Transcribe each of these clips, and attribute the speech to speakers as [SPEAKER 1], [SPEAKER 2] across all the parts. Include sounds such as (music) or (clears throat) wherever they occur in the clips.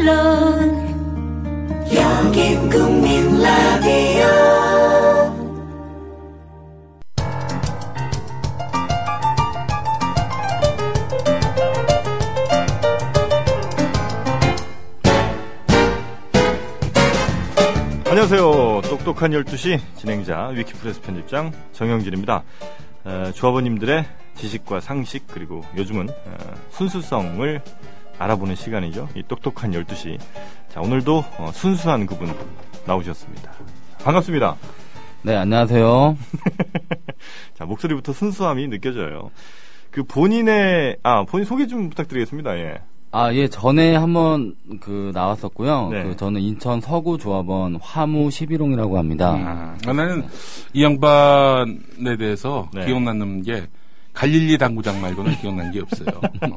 [SPEAKER 1] 물론 여긴 국민 라디오
[SPEAKER 2] 안녕하세요. 똑똑한 12시 진행자 위키프레스 편집장 정영진입니다. 어, 조합원님들의 지식과 상식 그리고 요즘은 어, 순수성을 알아보는 시간이죠. 이 똑똑한 12시. 자, 오늘도 어, 순수한 그분 나오셨습니다. 반갑습니다.
[SPEAKER 3] 네, 안녕하세요.
[SPEAKER 2] 자, 목소리부터 순수함이 느껴져요. 그 본인의 아, 본인 소개 좀 부탁드리겠습니다. 예.
[SPEAKER 3] 아, 예, 전에 한번 그 나왔었고요.
[SPEAKER 2] 네.
[SPEAKER 3] 그 저는 인천 서구 조합원 화무 11홍이라고 합니다.
[SPEAKER 4] 아, 나는 이 양반에 대해서
[SPEAKER 2] 네.
[SPEAKER 4] 기억나는 게 갈릴리 당구장 말고는 기억난 게 없어요. 어.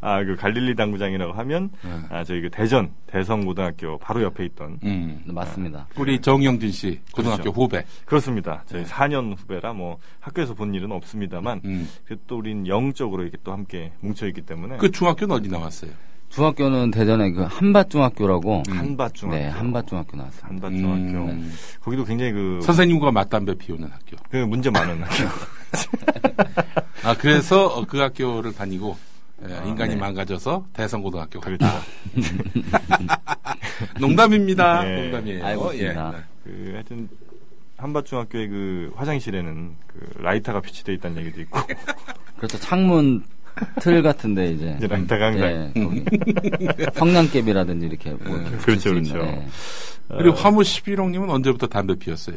[SPEAKER 2] 아, 그 갈릴리 당구장이라고 하면 아, 저희 그 대전 대성고등학교 바로 옆에 있던
[SPEAKER 4] 음.
[SPEAKER 3] 네, 맞습니다.
[SPEAKER 4] 우리 정영진 씨 고등학교 후배.
[SPEAKER 2] 그렇습니다. 저희 4년 후배라 뭐 학교에서 본 일은 없습니다만
[SPEAKER 4] 네. 음.
[SPEAKER 2] 그래도 또 우린 영적으로 이렇게 또 함께 뭉쳐 있기 때문에
[SPEAKER 4] 그 중학교는 어디 나왔어요?
[SPEAKER 3] 중학교는 대전에 그 한밭중학교라고.
[SPEAKER 2] 한밭중학교
[SPEAKER 3] 네, 한밭중학교 나왔습니다.
[SPEAKER 2] 한밭중학교
[SPEAKER 4] 음.
[SPEAKER 2] 거기도 굉장히 그,
[SPEAKER 4] 선생님과 맞담배 피우는 학교.
[SPEAKER 2] 그 문제 많은
[SPEAKER 4] (laughs)
[SPEAKER 2] 학교.
[SPEAKER 4] 아 그래서 어, 그 학교를 다니고 예, 인간이
[SPEAKER 3] 네.
[SPEAKER 4] 망가져서 대성고등학교 가겠죠.
[SPEAKER 2] 그렇죠.
[SPEAKER 4] (laughs) 농담입니다.
[SPEAKER 2] 예.
[SPEAKER 4] 농담이에요.
[SPEAKER 3] 알고 있습니다.
[SPEAKER 4] 예.
[SPEAKER 2] 그 하여튼 한밭중학교의 그 화장실에는 그 라이터가 비치돼 있다는 얘기도
[SPEAKER 4] (laughs)
[SPEAKER 2] 있고
[SPEAKER 3] 그렇죠. 창문 틀 같은데 이제.
[SPEAKER 2] 이제 라이터가 항상
[SPEAKER 3] 예, 거기. 성냥개비라든지 이렇게. 뭐 이렇게 붙일
[SPEAKER 2] 그렇죠,
[SPEAKER 3] 수 있는,
[SPEAKER 2] 그렇죠.
[SPEAKER 3] 예.
[SPEAKER 4] 그리고 화무 11홍님은 언제부터 담배 피웠어요?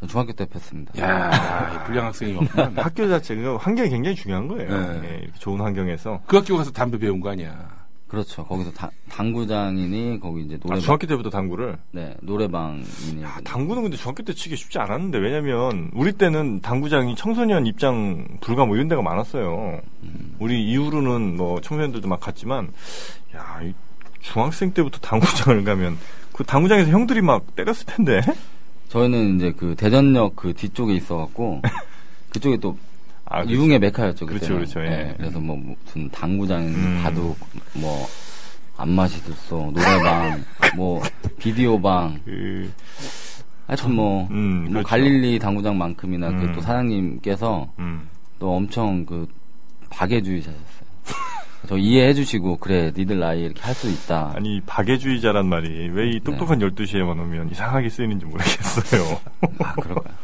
[SPEAKER 3] 저 중학교 때 폈습니다.
[SPEAKER 4] 야, 이
[SPEAKER 2] (laughs)
[SPEAKER 4] 불량 학생이었구나.
[SPEAKER 2] 학교 자체가 그러니까 환경이 굉장히 중요한 거예요.
[SPEAKER 4] 네.
[SPEAKER 2] 예, 이렇게 좋은 환경에서
[SPEAKER 4] 그 학교 가서 담배 배운 거 아니야.
[SPEAKER 3] 그렇죠. 거기서 다- 당구장이니 거기 이제
[SPEAKER 2] 아,
[SPEAKER 4] 네.
[SPEAKER 3] 노래방.
[SPEAKER 2] 중학교 때부터 당구를
[SPEAKER 3] 네, 노래방이니.
[SPEAKER 2] 당구는 근데 중학교 때 치기 쉽지 않았는데 왜냐면 우리 때는 당구장이 청소년 입장 불가 뭐 이런 데가 많았어요. 우리 이후로는 뭐 청소년들도 막 갔지만 야이 중학생 때부터 당구장을 가면 그 당구장에서 형들이 막 때렸을 텐데
[SPEAKER 3] 저희는 이제 그 대전역 그
[SPEAKER 2] (laughs)
[SPEAKER 3] 뒤쪽에 있어갖고 그쪽에 또
[SPEAKER 2] 아, 그렇죠.
[SPEAKER 3] 유흥의 메카였죠 그때.
[SPEAKER 2] 그렇죠, 그렇죠, 예.
[SPEAKER 3] 그래서 뭐 무슨 당구장
[SPEAKER 2] 음.
[SPEAKER 3] 바둑 뭐
[SPEAKER 2] (laughs)
[SPEAKER 3] 안마시드소 노래방 뭐 비디오방
[SPEAKER 2] 그,
[SPEAKER 3] 하여튼 뭐,
[SPEAKER 2] 음,
[SPEAKER 3] 뭐
[SPEAKER 2] 그렇죠.
[SPEAKER 3] 갈릴리 당구장만큼이나
[SPEAKER 2] 음.
[SPEAKER 3] 그 또 사장님께서
[SPEAKER 2] 음.
[SPEAKER 3] 또 엄청 그 박애주의자셨어요.
[SPEAKER 2] (laughs)
[SPEAKER 3] 저 이해해 주시고 그래 니들 나이 이렇게 할 수 있다.
[SPEAKER 2] 아니 박애주의자란 말이 왜 이 똑똑한 12시에만 오면 이상하게 쓰이는지 모르겠어요.
[SPEAKER 3] 아 그런가요?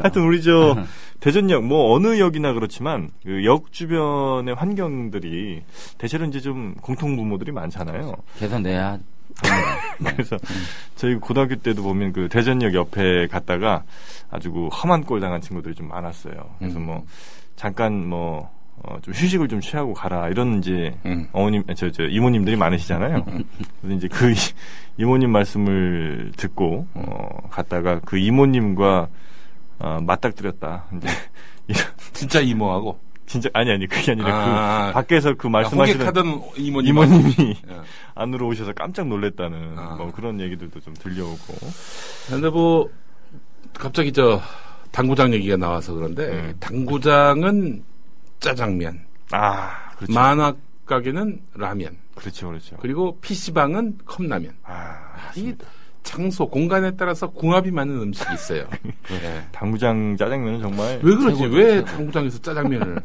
[SPEAKER 2] (laughs) 하여튼 우리 저 대전역 뭐 어느 역이나 그렇지만 그 역 주변의 환경들이 대체로 이제 좀 공통 분모들이 많잖아요.
[SPEAKER 3] 개선돼야
[SPEAKER 2] 그래서 저희 고등학교 때도 보면 그 대전역 옆에 갔다가 아주 그 험한 꼴 당한 친구들이 좀 많았어요. 그래서 뭐 잠깐 뭐 어, 좀 휴식을 좀 취하고 가라 이런 이제
[SPEAKER 4] 음.
[SPEAKER 2] 어머님 저, 저 이모님들이 많으시잖아요. 그래서 이제 그 (laughs) 이- 이모님 말씀을 듣고 어, 갔다가 그 이모님과 어, 맞닥뜨렸다. 이제 이런
[SPEAKER 4] 진짜 이모하고
[SPEAKER 2] 진짜 아니 아니 그게 아니라
[SPEAKER 4] 아.
[SPEAKER 2] 그 밖에서 그 말씀하시는
[SPEAKER 4] 호객하던 이모님
[SPEAKER 2] 이모님이 (laughs)
[SPEAKER 4] 예.
[SPEAKER 2] 안으로 오셔서 깜짝 놀랬다는
[SPEAKER 4] 아.
[SPEAKER 2] 뭐 그런 얘기들도 좀 들려오고
[SPEAKER 4] 근데 뭐 갑자기 저 당구장 얘기가 나와서 그런데
[SPEAKER 2] 음.
[SPEAKER 4] 당구장은 짜장면,
[SPEAKER 2] 아 그렇죠
[SPEAKER 4] 만화 가게는 라면,
[SPEAKER 2] 그렇죠 그렇죠
[SPEAKER 4] 그리고 PC방은 컵라면.
[SPEAKER 2] 아
[SPEAKER 4] 이 장소 공간에 따라서 궁합이 맞는 음식이 있어요. 예.
[SPEAKER 2] 당구장 짜장면은 정말
[SPEAKER 4] 왜 그러지?
[SPEAKER 3] 최고죠,
[SPEAKER 4] 왜
[SPEAKER 3] 최고.
[SPEAKER 4] 당구장에서 짜장면을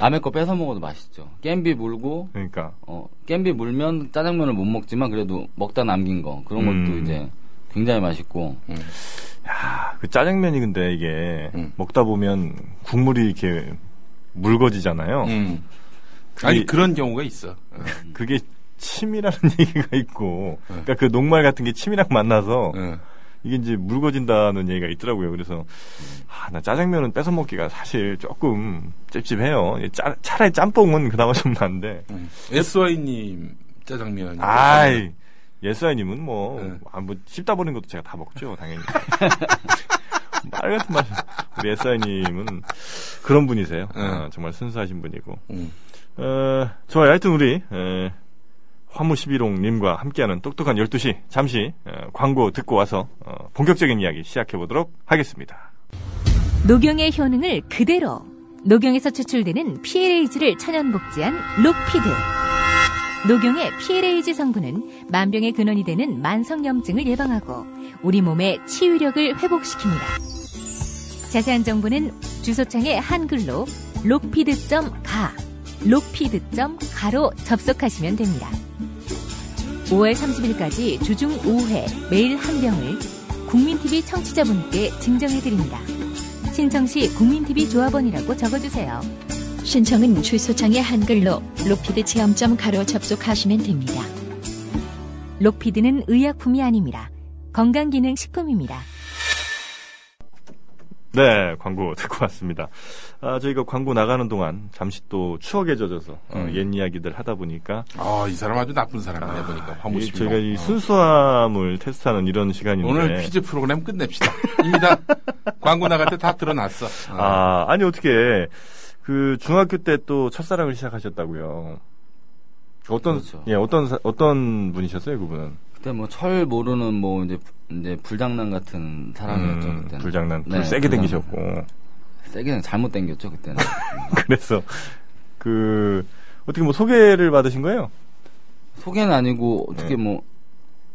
[SPEAKER 3] 남의 거 뺏어 먹어도 맛있죠. 깸비 물고
[SPEAKER 2] 그러니까
[SPEAKER 3] 어, 깻비 물면 짜장면을 못 먹지만 그래도 먹다 남긴 거 그런 것도
[SPEAKER 2] 음.
[SPEAKER 3] 이제 굉장히 맛있고
[SPEAKER 2] 아, 그 짜장면이 근데 이게
[SPEAKER 4] 음.
[SPEAKER 2] 먹다 보면 국물이 이렇게 묽어지잖아요
[SPEAKER 4] 음. 아니
[SPEAKER 2] 그게-
[SPEAKER 4] 그런 경우가 있어. 어.
[SPEAKER 2] 그게 침이라는 (laughs) 얘기가 있고
[SPEAKER 4] 네.
[SPEAKER 2] 그러니까 그 녹말 같은 게 침이랑 만나서
[SPEAKER 4] 어.
[SPEAKER 2] 이게 이제 묽어진다는 얘기가 있더라고요. 그래서 아, 나 짜장면은 뺏어 먹기가 사실 조금 찝찝해요. 예, 짜, 차라리 짬뽕은 그나마 좀 난데.
[SPEAKER 4] SY님 짜장면.
[SPEAKER 2] 아이 예스아이님은 뭐,
[SPEAKER 4] 네.
[SPEAKER 2] 아, 뭐 씹다 버린 것도 제가 다 먹죠, 당연히. (laughs) 말 같은 말. 우리 예스아이님은 그런 분이세요.
[SPEAKER 4] 네.
[SPEAKER 2] 아, 정말 순수하신 분이고.
[SPEAKER 4] 음.
[SPEAKER 2] 어, 좋아요. 하여튼 우리 에, 화무 11홍님과 함께하는 똑똑한 12시 잠시 어, 광고 듣고 와서 어, 본격적인 이야기 시작해 보도록 하겠습니다.
[SPEAKER 5] 녹용의 효능을 그대로 녹용에서 추출되는 PLAG를 천연 복제한 록피드 녹용의 PLAG 성분은 만병의 근원이 되는 만성염증을 예방하고 우리 몸의 치유력을 회복시킵니다. 자세한 정보는 주소창에 한글로 로피드.가 로피드.가로 접속하시면 됩니다. 5월 30일까지 주중 5회 매일 한 병을 국민TV 청취자분께 증정해드립니다. 신청 시 국민TV 조합원이라고 적어주세요.
[SPEAKER 6] 신청은 주소창에 한글로 로피드 체험점 가로 접속하시면 됩니다.
[SPEAKER 5] 록피드는 의약품이 아닙니다. 건강기능식품입니다.
[SPEAKER 2] 네, 광고 듣고 왔습니다. 아, 저희가 광고 나가는 동안 잠시 또 추억에 젖어서 어,
[SPEAKER 3] 음.
[SPEAKER 2] 옛 이야기들 하다 보니까
[SPEAKER 4] 아, 이 사람 아주 나쁜 사람이네 보니까
[SPEAKER 2] 이,
[SPEAKER 4] 화무심이.
[SPEAKER 2] 예, 저희가
[SPEAKER 3] 어.
[SPEAKER 2] 이 순수함을 테스트하는 이런 시간인데
[SPEAKER 4] 오늘 퀴즈 프로그램 끝냅시다. 이미 다 광고 나갈 때 다 드러났어. 아,
[SPEAKER 2] 아, 아니 어떻게 그 중학교 때 또 첫사랑을 시작하셨다고요. 어떤
[SPEAKER 3] 그렇죠.
[SPEAKER 2] 예, 어떤 사- 어떤 분이셨어요, 그분은?
[SPEAKER 3] 그때 뭐 철 모르는 뭐 이제 이제 불장난 같은 사람이었죠
[SPEAKER 2] 음,
[SPEAKER 3] 그때는.
[SPEAKER 2] 불장난 불
[SPEAKER 3] 네,
[SPEAKER 2] 세게
[SPEAKER 3] 불장난.
[SPEAKER 2] 댕기셨고. (laughs)
[SPEAKER 3] 세게는 잘못 당겼죠 그때는. (laughs)
[SPEAKER 2] 그래서 그 어떻게 뭐 소개를 받으신 거예요?
[SPEAKER 3] 소개는 아니고
[SPEAKER 2] 네.
[SPEAKER 3] 어떻게 뭐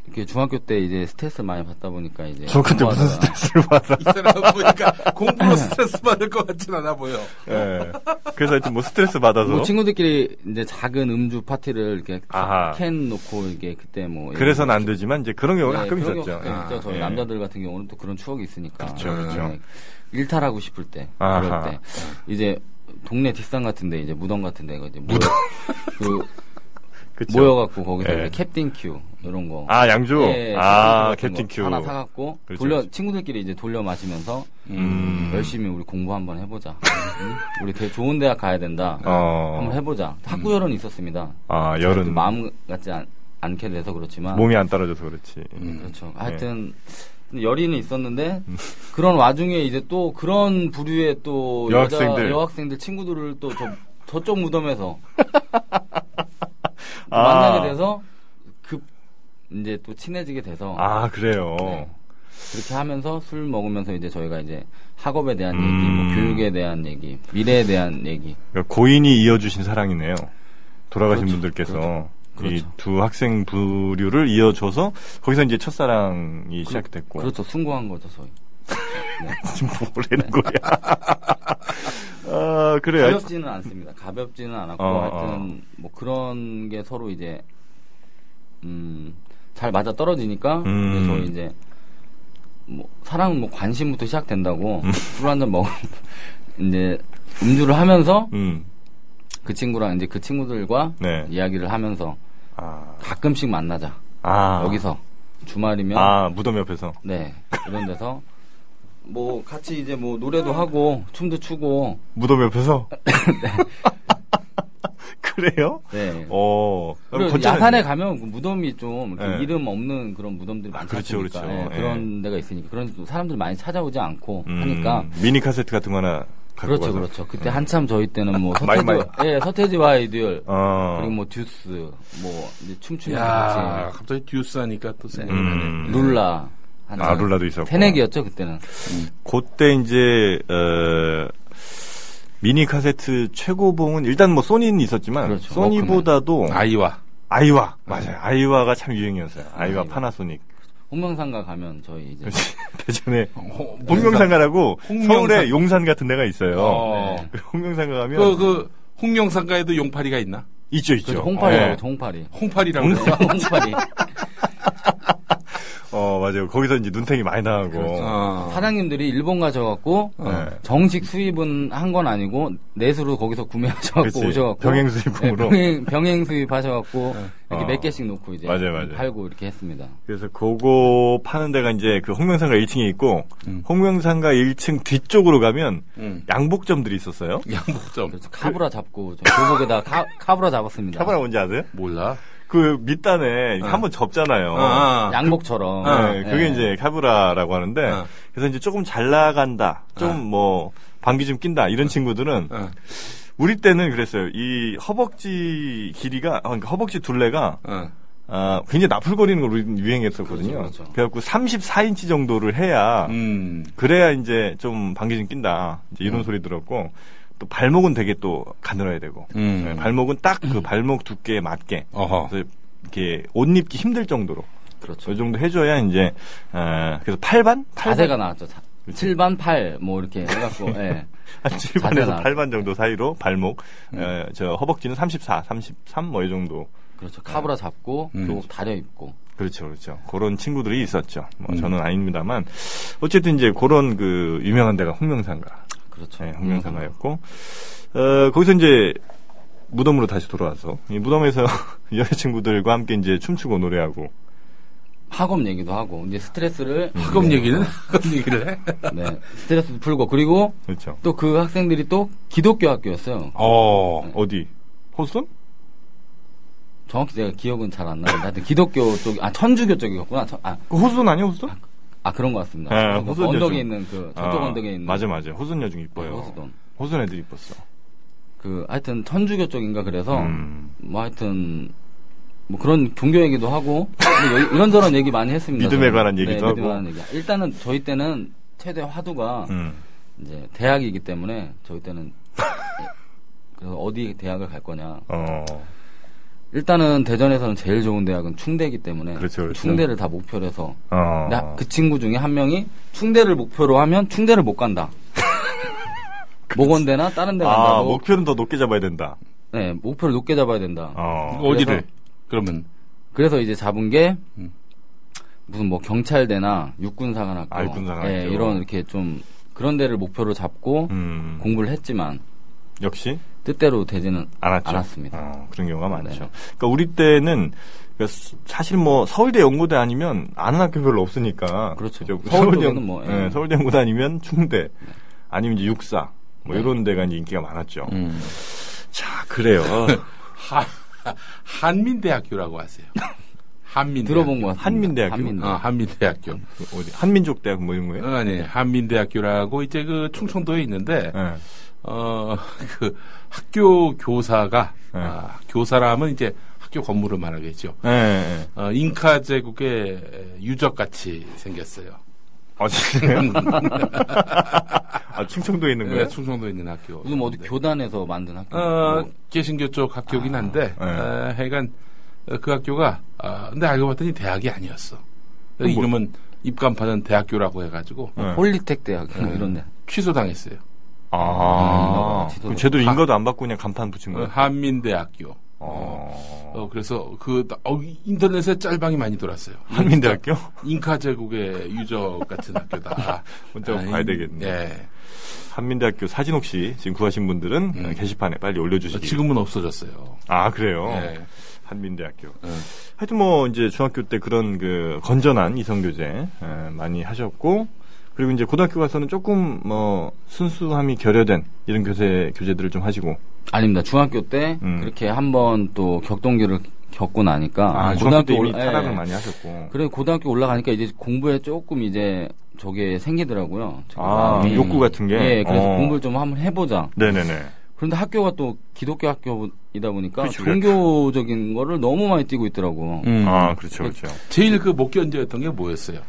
[SPEAKER 3] 이렇게 중학교 때 이제 스트레스 많이 받다 보니까 이제
[SPEAKER 2] 중학교 때 무슨
[SPEAKER 3] 공부하다가
[SPEAKER 2] 스트레스를 받아?
[SPEAKER 4] 이 사람 보니까 공부로 스트레스 받을 것 같진 않아 보여.
[SPEAKER 2] 예. 그래서 하여튼 뭐 스트레스 받아서
[SPEAKER 3] 뭐 친구들끼리 이제 작은 음주 파티를 이렇게
[SPEAKER 2] 아하.
[SPEAKER 3] 캔 놓고 이게 그때 뭐
[SPEAKER 2] 그래서는 안 되지만 이제 그런 경우가
[SPEAKER 3] 예,
[SPEAKER 2] 가끔
[SPEAKER 3] 그런
[SPEAKER 2] 있었죠.
[SPEAKER 3] 경우가 가끔
[SPEAKER 2] 예.
[SPEAKER 3] 있죠. 저희
[SPEAKER 2] 예.
[SPEAKER 3] 남자들 같은 경우는 또 그런 추억이 있으니까.
[SPEAKER 4] 그렇죠, 그렇죠.
[SPEAKER 3] 예, 일탈하고 싶을 때,
[SPEAKER 2] 아하.
[SPEAKER 3] 그럴 때 이제 동네 뒷산 같은데 이제 무덤 같은데 이제 무덤 (laughs) 그
[SPEAKER 2] 그쵸.
[SPEAKER 3] 모여갖고 거기서
[SPEAKER 2] 예.
[SPEAKER 3] 이제 캡틴 큐 이런 거.
[SPEAKER 2] 아 양주.
[SPEAKER 3] 예,
[SPEAKER 2] 아
[SPEAKER 3] 같은
[SPEAKER 2] 캡틴
[SPEAKER 3] 거
[SPEAKER 2] 큐.
[SPEAKER 3] 하나 사갖고
[SPEAKER 2] 그렇죠,
[SPEAKER 3] 돌려
[SPEAKER 2] 그렇죠.
[SPEAKER 3] 친구들끼리 이제 돌려 마시면서
[SPEAKER 2] 음.
[SPEAKER 3] 열심히 우리 공부 한번 해보자. 응? 우리 되게 좋은 대학 가야 된다. 한번
[SPEAKER 2] 어.
[SPEAKER 3] 해보자. 학구 여론이 있었습니다.
[SPEAKER 2] 아 열은
[SPEAKER 3] 마음 같지 않, 않게 돼서 그렇지만
[SPEAKER 2] 몸이 안 따라줘서 그렇지. 음.
[SPEAKER 3] 그렇죠. 하여튼 근데 열의는 있었는데 그런 와중에 이제 또 그런 부류의 또
[SPEAKER 2] 여학생들.
[SPEAKER 3] 여자, 여학생들 친구들을 또 저,
[SPEAKER 2] (laughs)
[SPEAKER 3] 저쪽 무덤에서 또
[SPEAKER 2] 아.
[SPEAKER 3] 만나게 돼서 급 이제 또 친해지게 돼서
[SPEAKER 2] 아 그래요.
[SPEAKER 3] 네. 그렇게 하면서 술 먹으면서 이제 저희가 이제 학업에 대한
[SPEAKER 2] 음.
[SPEAKER 3] 얘기, 뭐 교육에 대한 얘기, 미래에 대한 얘기.
[SPEAKER 2] 그러니까 고인이 이어주신 사랑이네요. 돌아가신
[SPEAKER 3] 그렇죠,
[SPEAKER 2] 분들께서
[SPEAKER 3] 그렇죠.
[SPEAKER 2] 이 두 학생 부류를 이어줘서 거기서 이제 첫사랑이 시작됐고
[SPEAKER 3] 그렇죠. 숭고한 거죠, 저희.
[SPEAKER 2] 지금 뭐라는
[SPEAKER 3] (laughs)
[SPEAKER 2] 거야? 아 그래요.
[SPEAKER 3] 가볍지는 않습니다. 가볍지는 않았고
[SPEAKER 2] 어,
[SPEAKER 3] 하여튼 뭐 그런 게 서로 이제 음잘 맞아 떨어지니까
[SPEAKER 2] 음.
[SPEAKER 3] 이제 저희 이제 뭐 사랑은 뭐 관심부터 시작된다고
[SPEAKER 2] 음.
[SPEAKER 3] 술 한 잔 먹 이제 음주를 하면서
[SPEAKER 2] 음.
[SPEAKER 3] 그 친구랑 이제 그 친구들과
[SPEAKER 2] 네.
[SPEAKER 3] 이야기를 하면서
[SPEAKER 2] 아.
[SPEAKER 3] 가끔씩 만나자
[SPEAKER 2] 아.
[SPEAKER 3] 여기서 주말이면
[SPEAKER 2] 아 무덤 옆에서.
[SPEAKER 3] 네 이런 데서 뭐 같이 이제 뭐 노래도 하고 춤도 추고
[SPEAKER 2] 무덤
[SPEAKER 3] (laughs)
[SPEAKER 2] 옆에서. (laughs) 그래요?
[SPEAKER 3] 네
[SPEAKER 2] 어.
[SPEAKER 3] 그리고
[SPEAKER 2] 괜찮은-
[SPEAKER 3] 야산에 가면 그 무덤이 좀 이렇게
[SPEAKER 2] 네.
[SPEAKER 3] 이름 없는 그런 무덤들이
[SPEAKER 2] 아,
[SPEAKER 3] 많지
[SPEAKER 2] 그렇죠,
[SPEAKER 3] 않습니까?
[SPEAKER 2] 그렇죠.
[SPEAKER 3] 예, 그런 데가 있으니까 그런 데도 사람들 많이 찾아오지 않고
[SPEAKER 2] 음,
[SPEAKER 3] 하니까
[SPEAKER 2] 미니 카세트 같은 거 하나 갖고
[SPEAKER 3] 그렇죠,
[SPEAKER 2] 가서. 예.
[SPEAKER 3] 그렇죠. 그때 한참 저희 때는 뭐
[SPEAKER 2] (laughs) 마이, 마이.
[SPEAKER 3] 서태지, 예, 서태지와 아이듀얼
[SPEAKER 2] 어.
[SPEAKER 3] 그리고 뭐 듀스, 뭐 이제 춤추는
[SPEAKER 4] 야,
[SPEAKER 3] 같이
[SPEAKER 4] 갑자기 듀스 하니까 또 생각이
[SPEAKER 2] 음.
[SPEAKER 4] 나네.
[SPEAKER 3] 룰라
[SPEAKER 2] 아, 룰라도 있었고.
[SPEAKER 3] 새내기였죠 그때는.
[SPEAKER 2] 그때 이제 어, 미니 카세트 최고봉은 일단 뭐 소니는 있었지만
[SPEAKER 3] 그렇죠. 네.
[SPEAKER 2] 소니보다도
[SPEAKER 4] 아이와
[SPEAKER 2] 아이와 맞아요. 아이와가 참 유행이었어요. 아이와
[SPEAKER 3] 아이와.
[SPEAKER 2] 파나소닉.
[SPEAKER 3] 홍명상가 가면 저희 이제
[SPEAKER 2] 그렇죠. (laughs) 대전에
[SPEAKER 3] 어.
[SPEAKER 4] 홍-
[SPEAKER 2] 홍명상가라고
[SPEAKER 4] 홍명상.
[SPEAKER 2] 서울에 용산 같은 데가 있어요.
[SPEAKER 4] 어.
[SPEAKER 2] 그 (laughs) 홍명상가 가면
[SPEAKER 4] 그, 그, 홍명상가에도 용파리가 있나?
[SPEAKER 2] 있죠 있죠.
[SPEAKER 3] 그렇죠, 홍팔이라고
[SPEAKER 2] 예.
[SPEAKER 3] 죠 홍팔이. (laughs)
[SPEAKER 4] 홍파리라고 그래서
[SPEAKER 3] 홍팔이.
[SPEAKER 2] 어 맞아요. 거기서 이제 눈탱이 많이 나오고.
[SPEAKER 3] 그렇죠. 아,
[SPEAKER 4] 어.
[SPEAKER 3] 사장님들이 일본 가셔갖고
[SPEAKER 2] 네.
[SPEAKER 3] 정식 수입은 한 건 아니고 내수로 거기서 구매하셔갖고
[SPEAKER 2] 그치.
[SPEAKER 3] 오셔갖고
[SPEAKER 2] 병행 수입품으로.
[SPEAKER 3] 네, 병행, 병행 수입하셔갖고 이렇게
[SPEAKER 2] 어.
[SPEAKER 3] 몇 개씩 놓고 이제
[SPEAKER 2] 맞아요, 맞아요.
[SPEAKER 3] 팔고 이렇게 했습니다.
[SPEAKER 2] 그래서 그거 파는 데가 이제 그 홍명상가 1층에 있고
[SPEAKER 4] 음.
[SPEAKER 2] 홍명상가 1층 뒤쪽으로 가면
[SPEAKER 4] 음.
[SPEAKER 2] 양복점들이 있었어요.
[SPEAKER 4] 양복점.
[SPEAKER 3] 그래서 카브라 잡고 저 교복에다 가, 카브라 잡았습니다.
[SPEAKER 2] 카바라 어. 뭔지 아세요?
[SPEAKER 4] 몰라.
[SPEAKER 2] 그 밑단에 한번 접잖아요.
[SPEAKER 4] 아, 아.
[SPEAKER 3] 양복처럼.
[SPEAKER 2] 네,
[SPEAKER 3] 네.
[SPEAKER 2] 그게 이제 카브라라고 하는데
[SPEAKER 4] 어.
[SPEAKER 2] 그래서 이제 조금 잘 나간다, 좀 뭐 방귀 좀 낀다 이런 친구들은
[SPEAKER 4] 어,
[SPEAKER 2] 우리 때는 그랬어요. 이 허벅지 길이가 어, 그러니까 허벅지 둘레가
[SPEAKER 4] 어.
[SPEAKER 2] 아, 굉장히 나풀거리는 걸 우리는 유행했었거든요.
[SPEAKER 3] 그렇죠, 그렇죠.
[SPEAKER 2] 래갖고 34인치 정도를 해야
[SPEAKER 4] 음.
[SPEAKER 2] 그래야 이제 좀 방귀 좀 낀다 이제 이런 소리 들었고 또 발목은 되게 또 가늘어야 되고
[SPEAKER 4] 음.
[SPEAKER 2] 네, 발목은 딱 그 발목 두께에 맞게
[SPEAKER 4] 어허.
[SPEAKER 2] 그래서 이렇게 옷 입기 힘들 정도로
[SPEAKER 3] 그렇죠.
[SPEAKER 2] 그 정도 해줘야 이제 어, 그래서 팔반
[SPEAKER 3] 자세가 나왔죠. 자, 7반 8 뭐 이렇게
[SPEAKER 2] (laughs)
[SPEAKER 3] 해갖고 예. 자세가
[SPEAKER 2] 7반에서
[SPEAKER 3] 나왔죠. 음.
[SPEAKER 2] 8반 아, 정도 사이로 발목 어, 저 허벅지는 34, 33 뭐 이 정도
[SPEAKER 3] 그렇죠.
[SPEAKER 2] 네.
[SPEAKER 3] 카브라 잡고
[SPEAKER 4] 음.
[SPEAKER 3] 교복 다려 입고
[SPEAKER 2] 그렇죠, 그렇죠. 그런 친구들이 있었죠.
[SPEAKER 3] 음.
[SPEAKER 2] 뭐 저는 아닙니다만 어쨌든 이제 그런 그 유명한 데가 홍명상가,
[SPEAKER 3] 그렇죠.
[SPEAKER 2] 예, 홍명상가였고 어, 거기서 이제 무덤으로 다시 돌아와서 이 무덤에서 (laughs) 여자친구들과 함께 이제 춤추고 노래하고
[SPEAKER 3] 학업 얘기도 하고 이제 스트레스를
[SPEAKER 2] 음,
[SPEAKER 4] 학업
[SPEAKER 2] (laughs)
[SPEAKER 3] 네,
[SPEAKER 4] 얘기는 (laughs) 학업 얘기를 해.
[SPEAKER 3] 네 스트레스도 풀고 그리고
[SPEAKER 2] 그렇죠.
[SPEAKER 3] 또 그 학생들이 또 기독교 학교였어요.
[SPEAKER 4] 어.
[SPEAKER 2] 어디? 호순?
[SPEAKER 3] 정확히 제가 기억은 잘 안 나는데 하여튼 기독교 쪽, 아 천주교 쪽이었구나. 천- 아,
[SPEAKER 2] 그 호순 아니야 호순?
[SPEAKER 3] 아 그런 것 같습니다.
[SPEAKER 2] 예,
[SPEAKER 3] 그
[SPEAKER 2] 호수죠,
[SPEAKER 3] 언덕에
[SPEAKER 2] 좀.
[SPEAKER 3] 있는 그 저쪽
[SPEAKER 2] 아,
[SPEAKER 3] 언덕에 있는
[SPEAKER 2] 맞아 맞아 호순 여중 이뻐요.
[SPEAKER 3] 네, 호수동.
[SPEAKER 2] 호순 애들 이뻤어.
[SPEAKER 3] 그 하여튼 천주교 쪽인가 그래서
[SPEAKER 2] 음.
[SPEAKER 3] 뭐 하여튼 뭐 그런 종교 얘기도 하고 뭐 여- 이런저런 얘기 많이 했습니다.
[SPEAKER 2] 믿음에
[SPEAKER 3] 저는.
[SPEAKER 2] 관한
[SPEAKER 3] 네,
[SPEAKER 2] 얘기도
[SPEAKER 3] 믿음에
[SPEAKER 2] 하고.
[SPEAKER 3] 관한 얘기. 일단은 저희 때는 최대 화두가
[SPEAKER 2] 음.
[SPEAKER 3] 이제 대학이기 때문에 저희 때는 (laughs) 예, 그래서 어디 대학을 갈 거냐.
[SPEAKER 2] 어.
[SPEAKER 3] 일단은 대전에서는 제일 좋은 대학은 충대이기 때문에
[SPEAKER 2] 그렇죠, 그렇죠.
[SPEAKER 3] 충대를 다 목표로 해서
[SPEAKER 2] 어.
[SPEAKER 3] 나, 그 친구 중에 한 명이 충대를 목표로 하면 충대를
[SPEAKER 2] (laughs)
[SPEAKER 3] 못 간다. 모건대나 다른 데
[SPEAKER 2] 아
[SPEAKER 3] 간다고.
[SPEAKER 2] 목표는 더 높게 잡아야 된다.
[SPEAKER 3] 네, 목표를 높게 잡아야 된다.
[SPEAKER 2] 어.
[SPEAKER 4] 어디를? 그러면
[SPEAKER 3] 그래서 이제 잡은 게
[SPEAKER 4] 음.
[SPEAKER 3] 무슨 뭐 경찰대나 육군사관학교,
[SPEAKER 2] 아, 육군사관학교.
[SPEAKER 3] 예, 이런 이렇게 좀 그런 데를 목표로 잡고
[SPEAKER 2] 음.
[SPEAKER 3] 공부를 했지만
[SPEAKER 2] 역시
[SPEAKER 3] 뜻대로 되지는
[SPEAKER 2] 않았죠.
[SPEAKER 3] 않았습니다.
[SPEAKER 2] 어, 그런 경우가 많죠.
[SPEAKER 3] 네.
[SPEAKER 2] 그러니까 우리 때는 그러니까 수- 사실 뭐 서울대 연고대 아니면 아는 학교 별로 없으니까
[SPEAKER 3] 그렇죠.
[SPEAKER 2] 그죠?
[SPEAKER 3] 서울
[SPEAKER 2] 서울대
[SPEAKER 3] 쪽에는
[SPEAKER 2] 연-
[SPEAKER 3] 뭐, 예.
[SPEAKER 2] 네, 서울대 연고대 아니면 충대 아니면 이제 육사 뭐
[SPEAKER 3] 네.
[SPEAKER 2] 이런 데가 이제 인기가 많았죠.
[SPEAKER 4] 음.
[SPEAKER 2] 자 그래요. (laughs)
[SPEAKER 4] 하, 한민대학교라고 하세요. 한민
[SPEAKER 3] 들어본 것 같습니다.
[SPEAKER 2] 한민대학교. 아,
[SPEAKER 4] 어,
[SPEAKER 3] 한민대.
[SPEAKER 4] 한민대학교.
[SPEAKER 2] 어디 한민족 대학 뭐 이런 거예요?
[SPEAKER 4] 어, 아니 한민대학교라고 이제 그 충청도에 있는데
[SPEAKER 3] 네.
[SPEAKER 2] 예.
[SPEAKER 4] 어 그 학교 교사가
[SPEAKER 2] 네.
[SPEAKER 4] 아, 교사라면 이제 학교 건물을 말하겠죠.
[SPEAKER 2] 예, 예. 예.
[SPEAKER 4] 어, 잉카 제국의 유적같이 생겼어요.
[SPEAKER 2] 아 진짜요? (laughs) 아 충청도에 있는 거예요?
[SPEAKER 4] 네, 충청도에 있는 학교.
[SPEAKER 3] 요즘 뭐 어디 교단에서 만든 학교.
[SPEAKER 4] 어,
[SPEAKER 3] 뭐,
[SPEAKER 4] 개신교 쪽 학교긴 한데,
[SPEAKER 2] 네.
[SPEAKER 4] 어, 하여간 어, 그 학교가, 아, 근데 알고 봤더니 대학이 아니었어.
[SPEAKER 2] 그 뭐?
[SPEAKER 4] 이름은 입간판은 대학교라고 해가지고 예,
[SPEAKER 2] 네.
[SPEAKER 3] 폴리텍 대학 이런 데.
[SPEAKER 4] 취소당했어요.
[SPEAKER 2] 아,
[SPEAKER 3] 음,
[SPEAKER 2] 그럼
[SPEAKER 3] 지도를.
[SPEAKER 2] 쟤도 인가도 안 받고 그냥 간판 붙인
[SPEAKER 4] 어,
[SPEAKER 2] 거예요?
[SPEAKER 4] 한민대학교.
[SPEAKER 2] 음. 어.
[SPEAKER 4] 어, 그래서 그 어, 인터넷에 짤방이 많이 돌았어요.
[SPEAKER 2] (laughs) 한민대학교?
[SPEAKER 4] 잉카 제국의 유적
[SPEAKER 2] (laughs)
[SPEAKER 4] 같은 학교다.
[SPEAKER 2] 먼저 봐야 되겠네.
[SPEAKER 4] 예.
[SPEAKER 2] 한민대학교 사진 혹시 지금 구하신 분들은
[SPEAKER 4] 음.
[SPEAKER 2] 어, 게시판에 빨리 올려주시기.
[SPEAKER 4] 지금은 없어졌어요.
[SPEAKER 2] 아 그래요.
[SPEAKER 4] 예.
[SPEAKER 2] 한민대학교.
[SPEAKER 4] 예.
[SPEAKER 2] 하여튼 뭐 이제 중학교 때 그런 그 건전한 이성교제 어, 많이 하셨고 그리고 이제 고등학교 가서는 조금 뭐 순수함이 결여된 이런 교재 교재들을 좀 하시고.
[SPEAKER 3] 아닙니다. 중학교 때
[SPEAKER 2] 음.
[SPEAKER 3] 그렇게 한번 또 격동기를 겪고 나니까
[SPEAKER 2] 아, 중학교 때 이미
[SPEAKER 3] 올라-
[SPEAKER 2] 타락을
[SPEAKER 3] 예.
[SPEAKER 2] 많이 하셨고.
[SPEAKER 3] 그래 고등학교 올라가니까 이제 공부에 조금 이제 저게 생기더라고요. 저게
[SPEAKER 2] 아,
[SPEAKER 3] 마음이.
[SPEAKER 2] 욕구 같은 게?
[SPEAKER 3] 예, 그래서
[SPEAKER 2] 어.
[SPEAKER 3] 공부를 좀 한번 해보자.
[SPEAKER 2] 네네네.
[SPEAKER 3] 그런데 학교가 또 기독교 학교이다 보니까
[SPEAKER 2] 그렇죠.
[SPEAKER 3] 종교적인 거를 너무 많이 띄고 있더라고.
[SPEAKER 2] 아 그렇죠 그렇죠.
[SPEAKER 4] 제일 그 못 견뎌했던 게 뭐였어요?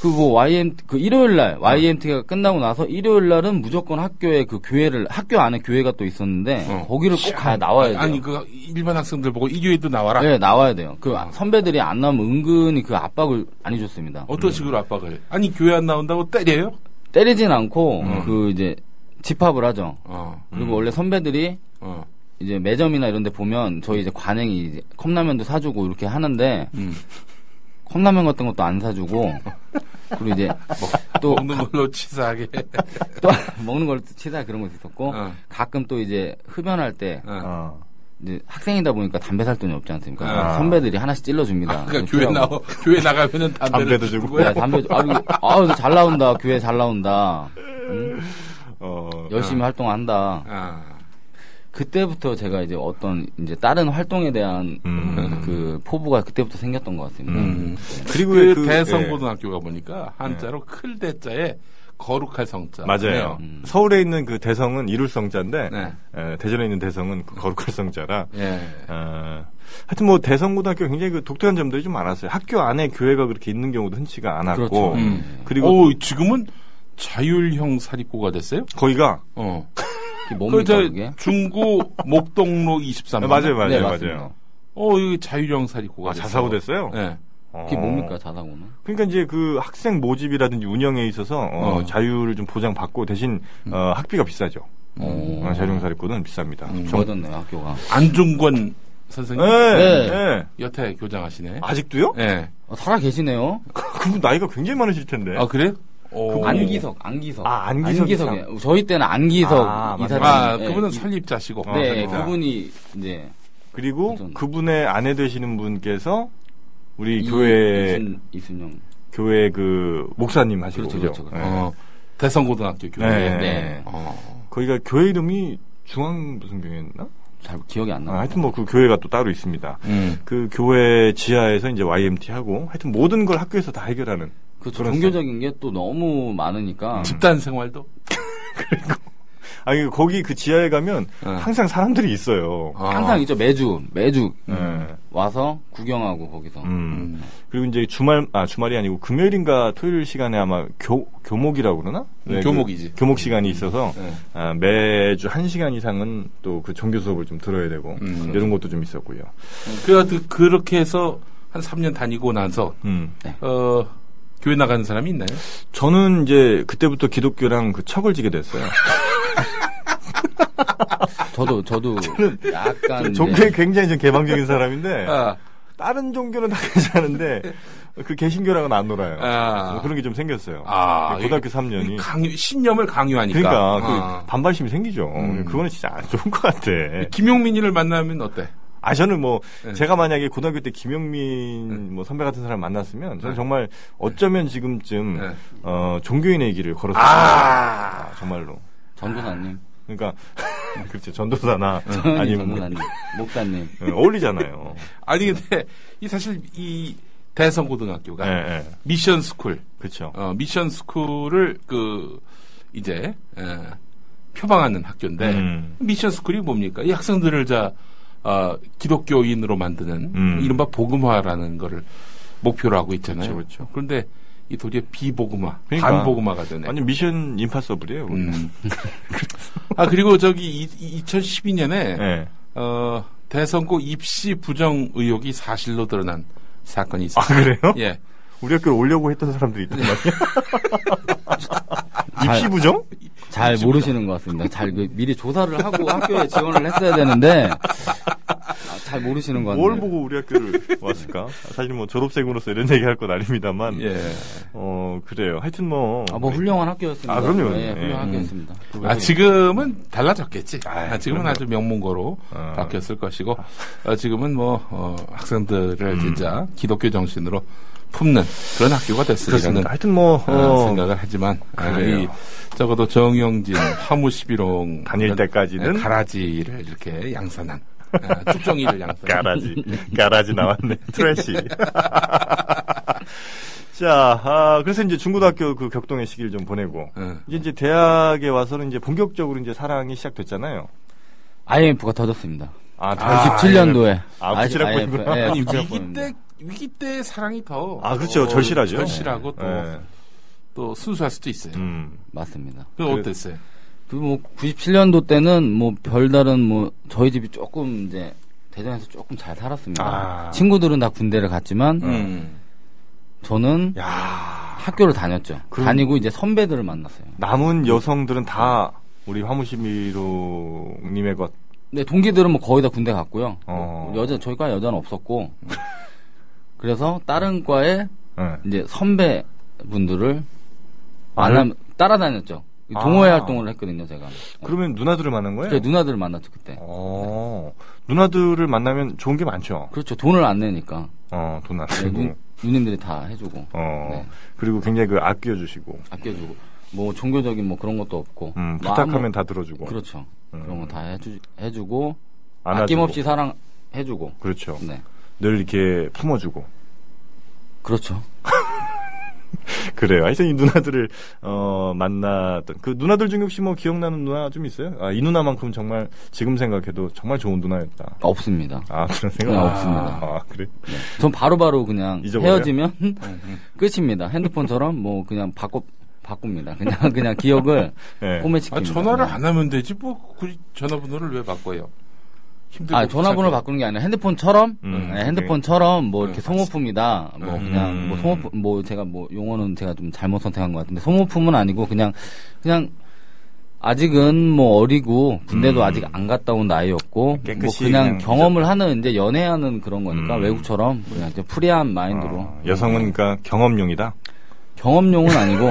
[SPEAKER 3] 그 뭐 YM 그 일요일 날 YMT가 끝나고 나서 일요일 날은 무조건 학교에 그 교회를 학교 안에 교회가 또 있었는데
[SPEAKER 4] 어.
[SPEAKER 3] 거기를 꼭 가야 나와야 돼요.
[SPEAKER 2] 예.
[SPEAKER 4] 아니 그 일반 학생들 보고 이교회도 나와라.
[SPEAKER 3] 예, 나와야 돼요. 그
[SPEAKER 4] 아.
[SPEAKER 3] 선배들이 안 나오면 은근히 그 압박을 안 해줬습니다.
[SPEAKER 4] 어떤 식으로 압박을? 아니 교회 안 나온다고 때려요?
[SPEAKER 3] 때리진 않고
[SPEAKER 4] 음.
[SPEAKER 3] 그 이제 집합을 하죠.
[SPEAKER 4] 어,
[SPEAKER 3] 그리고 원래 선배들이
[SPEAKER 4] 어,
[SPEAKER 3] 이제 매점이나 이런 데 보면 저희 이제 관행이 이제 컵라면도 사주고 이렇게 하는데
[SPEAKER 4] 음.
[SPEAKER 3] 컵라면 같은 것도 안 사주고 그리고 이제 또
[SPEAKER 4] 먹는 뭐 걸로 치사하게.
[SPEAKER 3] (laughs) 또 먹는 걸 치사 그런 것도 있었고
[SPEAKER 4] 어.
[SPEAKER 3] 가끔 또 이제 흡연할 때
[SPEAKER 4] 어.
[SPEAKER 2] 어.
[SPEAKER 3] 이제 학생이다 보니까 담배 살 돈이 없지 않습니까?
[SPEAKER 4] 아.
[SPEAKER 3] 선배들이 하나씩 찔러줍니다.
[SPEAKER 4] 그러니까 교회
[SPEAKER 3] 피라고.
[SPEAKER 4] 나 교회 나가면은 담배를
[SPEAKER 2] 뭐
[SPEAKER 4] 그
[SPEAKER 2] 담배도 주고.
[SPEAKER 3] 네, 담배 아, 아잘 나온다 교회 잘 나온다 응?
[SPEAKER 2] 어.
[SPEAKER 3] 열심히 활동한다
[SPEAKER 4] 아,
[SPEAKER 3] 그때부터 제가 이제 어떤 이제 다른 활동에 대한
[SPEAKER 2] 음.
[SPEAKER 3] 그 포부가 그때부터 생겼던 것 같습니다.
[SPEAKER 4] 음.
[SPEAKER 2] 그리고
[SPEAKER 4] 그,
[SPEAKER 2] 왜 그- 예.
[SPEAKER 4] 대성고등학교가 보니까 한자로 클 대자에 거룩할 성자.
[SPEAKER 2] 예, 맞아요.
[SPEAKER 4] 네요.
[SPEAKER 2] 서울에 있는 그 대성은 이룰 성자인데
[SPEAKER 4] 네.
[SPEAKER 2] 에, 대전에 있는 대성은 그 거룩할 성자라.
[SPEAKER 4] 예.
[SPEAKER 2] 어, 하여튼 뭐 대성고등학교 굉장히 그 독특한 점들이 좀 많았어요. 학교 안에 교회가 그렇게 있는 경우도 흔치가 않았고
[SPEAKER 3] 그렇죠.
[SPEAKER 4] 음.
[SPEAKER 2] 그리고
[SPEAKER 4] 오, 지금은 자율형 사립고가 됐어요?
[SPEAKER 2] 거기가
[SPEAKER 4] 어.
[SPEAKER 3] 그게
[SPEAKER 4] 그,
[SPEAKER 3] 뭡니까,
[SPEAKER 4] 저,
[SPEAKER 3] 그게?
[SPEAKER 4] 목동로 23번.
[SPEAKER 2] 맞아요, 맞아요,
[SPEAKER 3] 네,
[SPEAKER 2] 맞아요.
[SPEAKER 3] 맞습니다.
[SPEAKER 4] 어, 여기 자유령 사립고가.
[SPEAKER 2] 아, 자사고 됐어요?
[SPEAKER 4] 네.
[SPEAKER 3] 그게
[SPEAKER 2] 어.
[SPEAKER 3] 뭡니까, 자사고는?
[SPEAKER 2] 그러니까 이제 그 학생 모집이라든지 운영에 있어서 어,
[SPEAKER 4] 어.
[SPEAKER 2] 자유를 좀 보장받고 대신 어, 학비가 비싸죠.
[SPEAKER 3] 어,
[SPEAKER 2] 어, 자율용사립고는 비쌉니다.
[SPEAKER 4] 음.
[SPEAKER 2] 정-
[SPEAKER 3] 좋아졌네요, 학교가.
[SPEAKER 4] 안중권 선생님.
[SPEAKER 2] 예,
[SPEAKER 3] 네.
[SPEAKER 2] 예.
[SPEAKER 4] 여태 교장하시네.
[SPEAKER 2] 아직도요?
[SPEAKER 4] 네.
[SPEAKER 3] 어, 살아 계시네요.
[SPEAKER 2] (laughs) 그분 나이가 굉장히 많으실 텐데.
[SPEAKER 4] 아, 그래요? 오.
[SPEAKER 3] 안기석, 안기석.
[SPEAKER 2] 아, 안기석
[SPEAKER 3] 안기석이에요. 저희 때는 안기석
[SPEAKER 2] 아,
[SPEAKER 3] 이사장.
[SPEAKER 4] 아,
[SPEAKER 3] 예.
[SPEAKER 4] 그분은 설립자시고. 아,
[SPEAKER 2] 어,
[SPEAKER 3] 네,
[SPEAKER 2] 그렇구나.
[SPEAKER 3] 그분이 이제
[SPEAKER 2] 그리고
[SPEAKER 3] 어떤-
[SPEAKER 2] 그분의 아내 되시는 분께서 우리
[SPEAKER 3] 이-
[SPEAKER 2] 교회
[SPEAKER 3] 이순, 이순영.
[SPEAKER 2] 교회 그 목사님 하시고
[SPEAKER 3] 그렇죠,
[SPEAKER 2] 그죠?
[SPEAKER 3] 그렇죠,
[SPEAKER 2] 예.
[SPEAKER 3] 그렇죠.
[SPEAKER 4] 어, 대성고등학교 교회.
[SPEAKER 2] 네.
[SPEAKER 3] 네.
[SPEAKER 4] 어.
[SPEAKER 2] 거기가 교회 이름이 중앙 무슨 교회였나?
[SPEAKER 3] 잘 기억이 안
[SPEAKER 2] 아,
[SPEAKER 3] 나. 요
[SPEAKER 2] 하여튼 뭐 그 교회가 또 따로 있습니다.
[SPEAKER 4] 음.
[SPEAKER 2] 그 교회 지하에서 이제 YMT 하고 하여튼 모든 걸 학교에서 다 해결하는
[SPEAKER 3] 그
[SPEAKER 2] 그런
[SPEAKER 3] 종교적인 게 또 너무 많으니까.
[SPEAKER 4] 집단 생활도?
[SPEAKER 2] 아니 거기 그 지하에 가면
[SPEAKER 4] 네.
[SPEAKER 2] 항상 사람들이 있어요.
[SPEAKER 4] 어.
[SPEAKER 3] 항상 있죠, 매주, 매주.
[SPEAKER 2] 예.
[SPEAKER 3] 와서 구경하고 거기서.
[SPEAKER 2] 음.
[SPEAKER 4] 음.
[SPEAKER 2] 그리고 이제 주말 아 주말이 아니고 금요일인가 토요일 시간에 아마 교 교목이라고 그러나?
[SPEAKER 4] 음,
[SPEAKER 2] 네,
[SPEAKER 4] 교목이지.
[SPEAKER 2] 그 교목 시간이 있어서
[SPEAKER 4] 네.
[SPEAKER 2] 아, 매주 한 시간 이상은 또 그 정규 수업을 좀 들어야 되고
[SPEAKER 4] 음.
[SPEAKER 2] 이런 것도 좀 있었고요.
[SPEAKER 3] 음.
[SPEAKER 4] 그래가지고 그렇게 해서 한 3년 다니고 나서,
[SPEAKER 2] 음.
[SPEAKER 4] 어, 교회 나가는 사람이 있나요?
[SPEAKER 2] 저는 이제 그때부터 기독교랑 그 척을 지게
[SPEAKER 4] (laughs)
[SPEAKER 2] 됐어요.
[SPEAKER 3] 저도, 저도 약간.
[SPEAKER 2] 종교에
[SPEAKER 3] 이제
[SPEAKER 2] 굉장히 좀 개방적인 사람인데
[SPEAKER 4] 예. 아,
[SPEAKER 2] 다른 종교는 다 괜찮은데 그 개신교랑은 안 놀아요.
[SPEAKER 4] 아.
[SPEAKER 2] 뭐 그런 게 좀 생겼어요.
[SPEAKER 4] 아,
[SPEAKER 2] 고등학교
[SPEAKER 4] 이-
[SPEAKER 2] 3년이.
[SPEAKER 4] 강요, 신념을 강요하니까.
[SPEAKER 2] 그러니까
[SPEAKER 4] 아.
[SPEAKER 2] 그 반발심이 생기죠.
[SPEAKER 4] 음.
[SPEAKER 2] 그거는 진짜 안 좋은 것 같아.
[SPEAKER 4] 네. 김용민이를 만나면 어때?
[SPEAKER 2] 아 저는 뭐
[SPEAKER 4] 네.
[SPEAKER 2] 제가 만약에 고등학교 때 김영민 뭐 선배 같은 사람 만났으면 저는
[SPEAKER 4] 네.
[SPEAKER 2] 정말 어쩌면 지금쯤
[SPEAKER 4] 네.
[SPEAKER 2] 어, 종교인의 길을 걸었어요.
[SPEAKER 4] 아.
[SPEAKER 2] 정말로.
[SPEAKER 3] 전도사님.
[SPEAKER 2] 그러니까 (laughs) 그렇죠 전도사나 아니면 뭐,
[SPEAKER 3] 네. 전도사님. 목사님.
[SPEAKER 2] 예, 어울리잖아요.
[SPEAKER 4] 아니 근데 이 사실 이 대성고등학교가
[SPEAKER 2] 예, 예.
[SPEAKER 4] 미션 스쿨,
[SPEAKER 2] 그렇죠.
[SPEAKER 4] 네. 어, 미션 스쿨을 그 이제 에, 표방하는 학교인데
[SPEAKER 2] 음.
[SPEAKER 4] 미션 스쿨이 뭡니까? 이 학생들을 자 어, 기독교인으로 만드는
[SPEAKER 2] 음.
[SPEAKER 4] 이른바 복음화라는 거를 목표로 하고 있잖아요.
[SPEAKER 2] 그렇죠, 그렇죠.
[SPEAKER 4] 런데이 도리어 비복음화,
[SPEAKER 2] 그러니까. 그렇죠.
[SPEAKER 4] 반복음화가 되네.
[SPEAKER 2] 완전 미션 임파서블이에요. 그거는.
[SPEAKER 4] (laughs) 음. 아 그리고 저기 2012년에
[SPEAKER 2] 예.
[SPEAKER 4] 어, 대선고 입시 부정 의혹이 사실로 드러난 사건이
[SPEAKER 2] 아
[SPEAKER 4] 있습니다.
[SPEAKER 2] 그래요?
[SPEAKER 4] 예.
[SPEAKER 2] 우리 학교 오려고 했던 사람들이 있단 말이야. 입시 부정?
[SPEAKER 3] 잘 모르시는 것 같습니다. 잘그 미리 조사를 하고 학교에 지원을 했어야 되는데 아, 잘 모르시는 것 같네요.
[SPEAKER 2] 뭘 보고 우리 학교를 왔을까? 아, 사실 뭐 졸업생으로서 이런 얘기할 건 아닙니다만,
[SPEAKER 4] 예.
[SPEAKER 2] 어 그래요. 하여튼 뭐,
[SPEAKER 3] 아, 뭐 훌륭한 학교였습니다.
[SPEAKER 2] 아, 그럼요.
[SPEAKER 3] 예, 훌륭한
[SPEAKER 2] 예.
[SPEAKER 3] 학교였습니다.
[SPEAKER 4] 아, 지금은 달라졌겠지.
[SPEAKER 2] 아이,
[SPEAKER 4] 아, 지금은
[SPEAKER 2] 그럼요.
[SPEAKER 4] 아주 명문고로
[SPEAKER 2] 어.
[SPEAKER 4] 바뀌었을 것이고, 어, 지금은 뭐, 어, 학생들을
[SPEAKER 2] 음.
[SPEAKER 4] 진짜 기독교 정신으로 품는 그런 학교가 됐으리라는
[SPEAKER 2] 그렇습니다. 하여튼 뭐
[SPEAKER 4] 어,
[SPEAKER 2] 어,
[SPEAKER 4] 생각을 하지만, 아,
[SPEAKER 2] 그래요.
[SPEAKER 4] 이, 적어도 정영진, 화무시비롱. 네,
[SPEAKER 2] 다닐 때까지는?
[SPEAKER 4] 가라지를 이렇게 양산한,
[SPEAKER 2] (laughs)
[SPEAKER 4] 아, 쭉정이를 양산한.
[SPEAKER 2] 가라지 가라지 나왔네 트래시. (laughs) 자, 아, 그래서 이제 중고등학교 그 격동의 시기를 좀 보내고
[SPEAKER 4] 응.
[SPEAKER 2] 이제 이제 대학에 와서는 이제 본격적으로 이제 사랑이 시작됐잖아요.
[SPEAKER 3] IMF가 터졌습니다.
[SPEAKER 2] 아,
[SPEAKER 3] 87년도에.
[SPEAKER 2] 아, 97 학번이구나.
[SPEAKER 4] 아니 위기 때 위기 때 사랑이 더
[SPEAKER 2] 아, 그렇죠.
[SPEAKER 4] 어,
[SPEAKER 2] 절실하죠.
[SPEAKER 4] 절실하고 또 또
[SPEAKER 2] 예.
[SPEAKER 4] 순수할 수도 있어요.
[SPEAKER 2] 음.
[SPEAKER 3] 맞습니다.
[SPEAKER 4] 그
[SPEAKER 2] 그래-
[SPEAKER 4] 어땠어요?
[SPEAKER 3] 그 뭐 97년도 때는 뭐 별다른 뭐 저희 집이 조금 이제 대전에서 조금 잘 살았습니다.
[SPEAKER 2] 아.
[SPEAKER 3] 친구들은 다 군대를 갔지만
[SPEAKER 4] 음.
[SPEAKER 3] 저는
[SPEAKER 2] 야,
[SPEAKER 3] 학교를 다녔죠.
[SPEAKER 2] 그럼-
[SPEAKER 3] 다니고 이제 선배들을 만났어요.
[SPEAKER 2] 남은 여성들은 다 우리 화무시미로님의 것.
[SPEAKER 3] 네, 동기들은 뭐 거의 다 군대 갔고요.
[SPEAKER 2] 어.
[SPEAKER 3] 여자 저희 과 여자는 없었고 그래서 다른 과에
[SPEAKER 2] 예.
[SPEAKER 3] 이제 선배 분들을
[SPEAKER 2] 아, 그래?
[SPEAKER 3] 만나 따라다녔죠. 동호회
[SPEAKER 2] 아.
[SPEAKER 3] 활동을 했거든요, 제가.
[SPEAKER 2] 그러면 누나들을 만난 거예요?
[SPEAKER 3] 제 누나들을 만났죠 그때.
[SPEAKER 2] 어, 누나들을 만나면 좋은 게 많죠.
[SPEAKER 3] 그렇죠. 돈을 안 내니까
[SPEAKER 2] 어, 돈 안
[SPEAKER 3] 네,
[SPEAKER 2] 쓰고.
[SPEAKER 3] 누, 누님들이 다 해주고
[SPEAKER 2] 어,
[SPEAKER 3] 네.
[SPEAKER 2] 그리고 굉장히 그 아껴주시고.
[SPEAKER 3] 아껴주고 뭐 종교적인 뭐 그런 것도 없고
[SPEAKER 2] 음,
[SPEAKER 3] 뭐
[SPEAKER 2] 부탁하면
[SPEAKER 3] 아무-
[SPEAKER 2] 다 들어주고.
[SPEAKER 3] 그렇죠.
[SPEAKER 2] 음.
[SPEAKER 3] 그런 거 다 해주 해주고
[SPEAKER 2] 안아주고.
[SPEAKER 3] 아낌없이 사랑 해주고
[SPEAKER 2] 그렇죠.
[SPEAKER 3] 네
[SPEAKER 2] 늘 이렇게 품어주고.
[SPEAKER 3] 그렇죠.
[SPEAKER 2] 그래요. 하여튼 이 누나들을, 어, 만났던. 그 누나들 중에 혹시 뭐 기억나는 누나 좀 있어요? 아, 이 누나만큼 정말 지금 생각해도 정말 좋은 누나였다.
[SPEAKER 3] 없습니다.
[SPEAKER 2] 아, 그런 생각?
[SPEAKER 3] 네,
[SPEAKER 2] 아,
[SPEAKER 3] 없습니다.
[SPEAKER 2] 아, 그래?
[SPEAKER 3] 전 바로바로 그냥
[SPEAKER 2] 잊어버려요? 음,
[SPEAKER 3] (laughs) 헤어지면 끝입니다. 핸드폰처럼 뭐 그냥 바꿔 바꿉니다. 그냥 그냥
[SPEAKER 2] (laughs)
[SPEAKER 3] 기억을
[SPEAKER 2] 예.
[SPEAKER 3] 꿈에 찍힙니다.
[SPEAKER 4] 아, 전화를 안 하면 되지. 뭐 굳이 전화번호를 왜 바꿔요? 힘들고
[SPEAKER 3] 아, 전화번호
[SPEAKER 4] 귀찮게.
[SPEAKER 3] 바꾸는 게 아니라 핸드폰처럼
[SPEAKER 2] 음,
[SPEAKER 3] 네, 핸드폰처럼 뭐
[SPEAKER 4] 네,
[SPEAKER 3] 이렇게 소모품이다. 뭐
[SPEAKER 4] 음.
[SPEAKER 3] 그냥 뭐 소모품 뭐 제가 뭐 용어는 제가 좀 잘못 선택한 것 같은데 소모품은 아니고 그냥 그냥 아직은 뭐 어리고 군대도
[SPEAKER 2] 음.
[SPEAKER 3] 아직 안 갔다 온 나이였고 뭐
[SPEAKER 2] 깨끗이
[SPEAKER 3] 그냥
[SPEAKER 2] 그냥
[SPEAKER 3] 경험을 하는 이제 연애하는 그런 거니까
[SPEAKER 2] 음.
[SPEAKER 3] 외국처럼 그냥 좀 프리한 마인드로
[SPEAKER 2] 아, 여성은 그러니까 경험용이다.
[SPEAKER 3] 경험용은
[SPEAKER 4] (laughs)
[SPEAKER 3] 아니고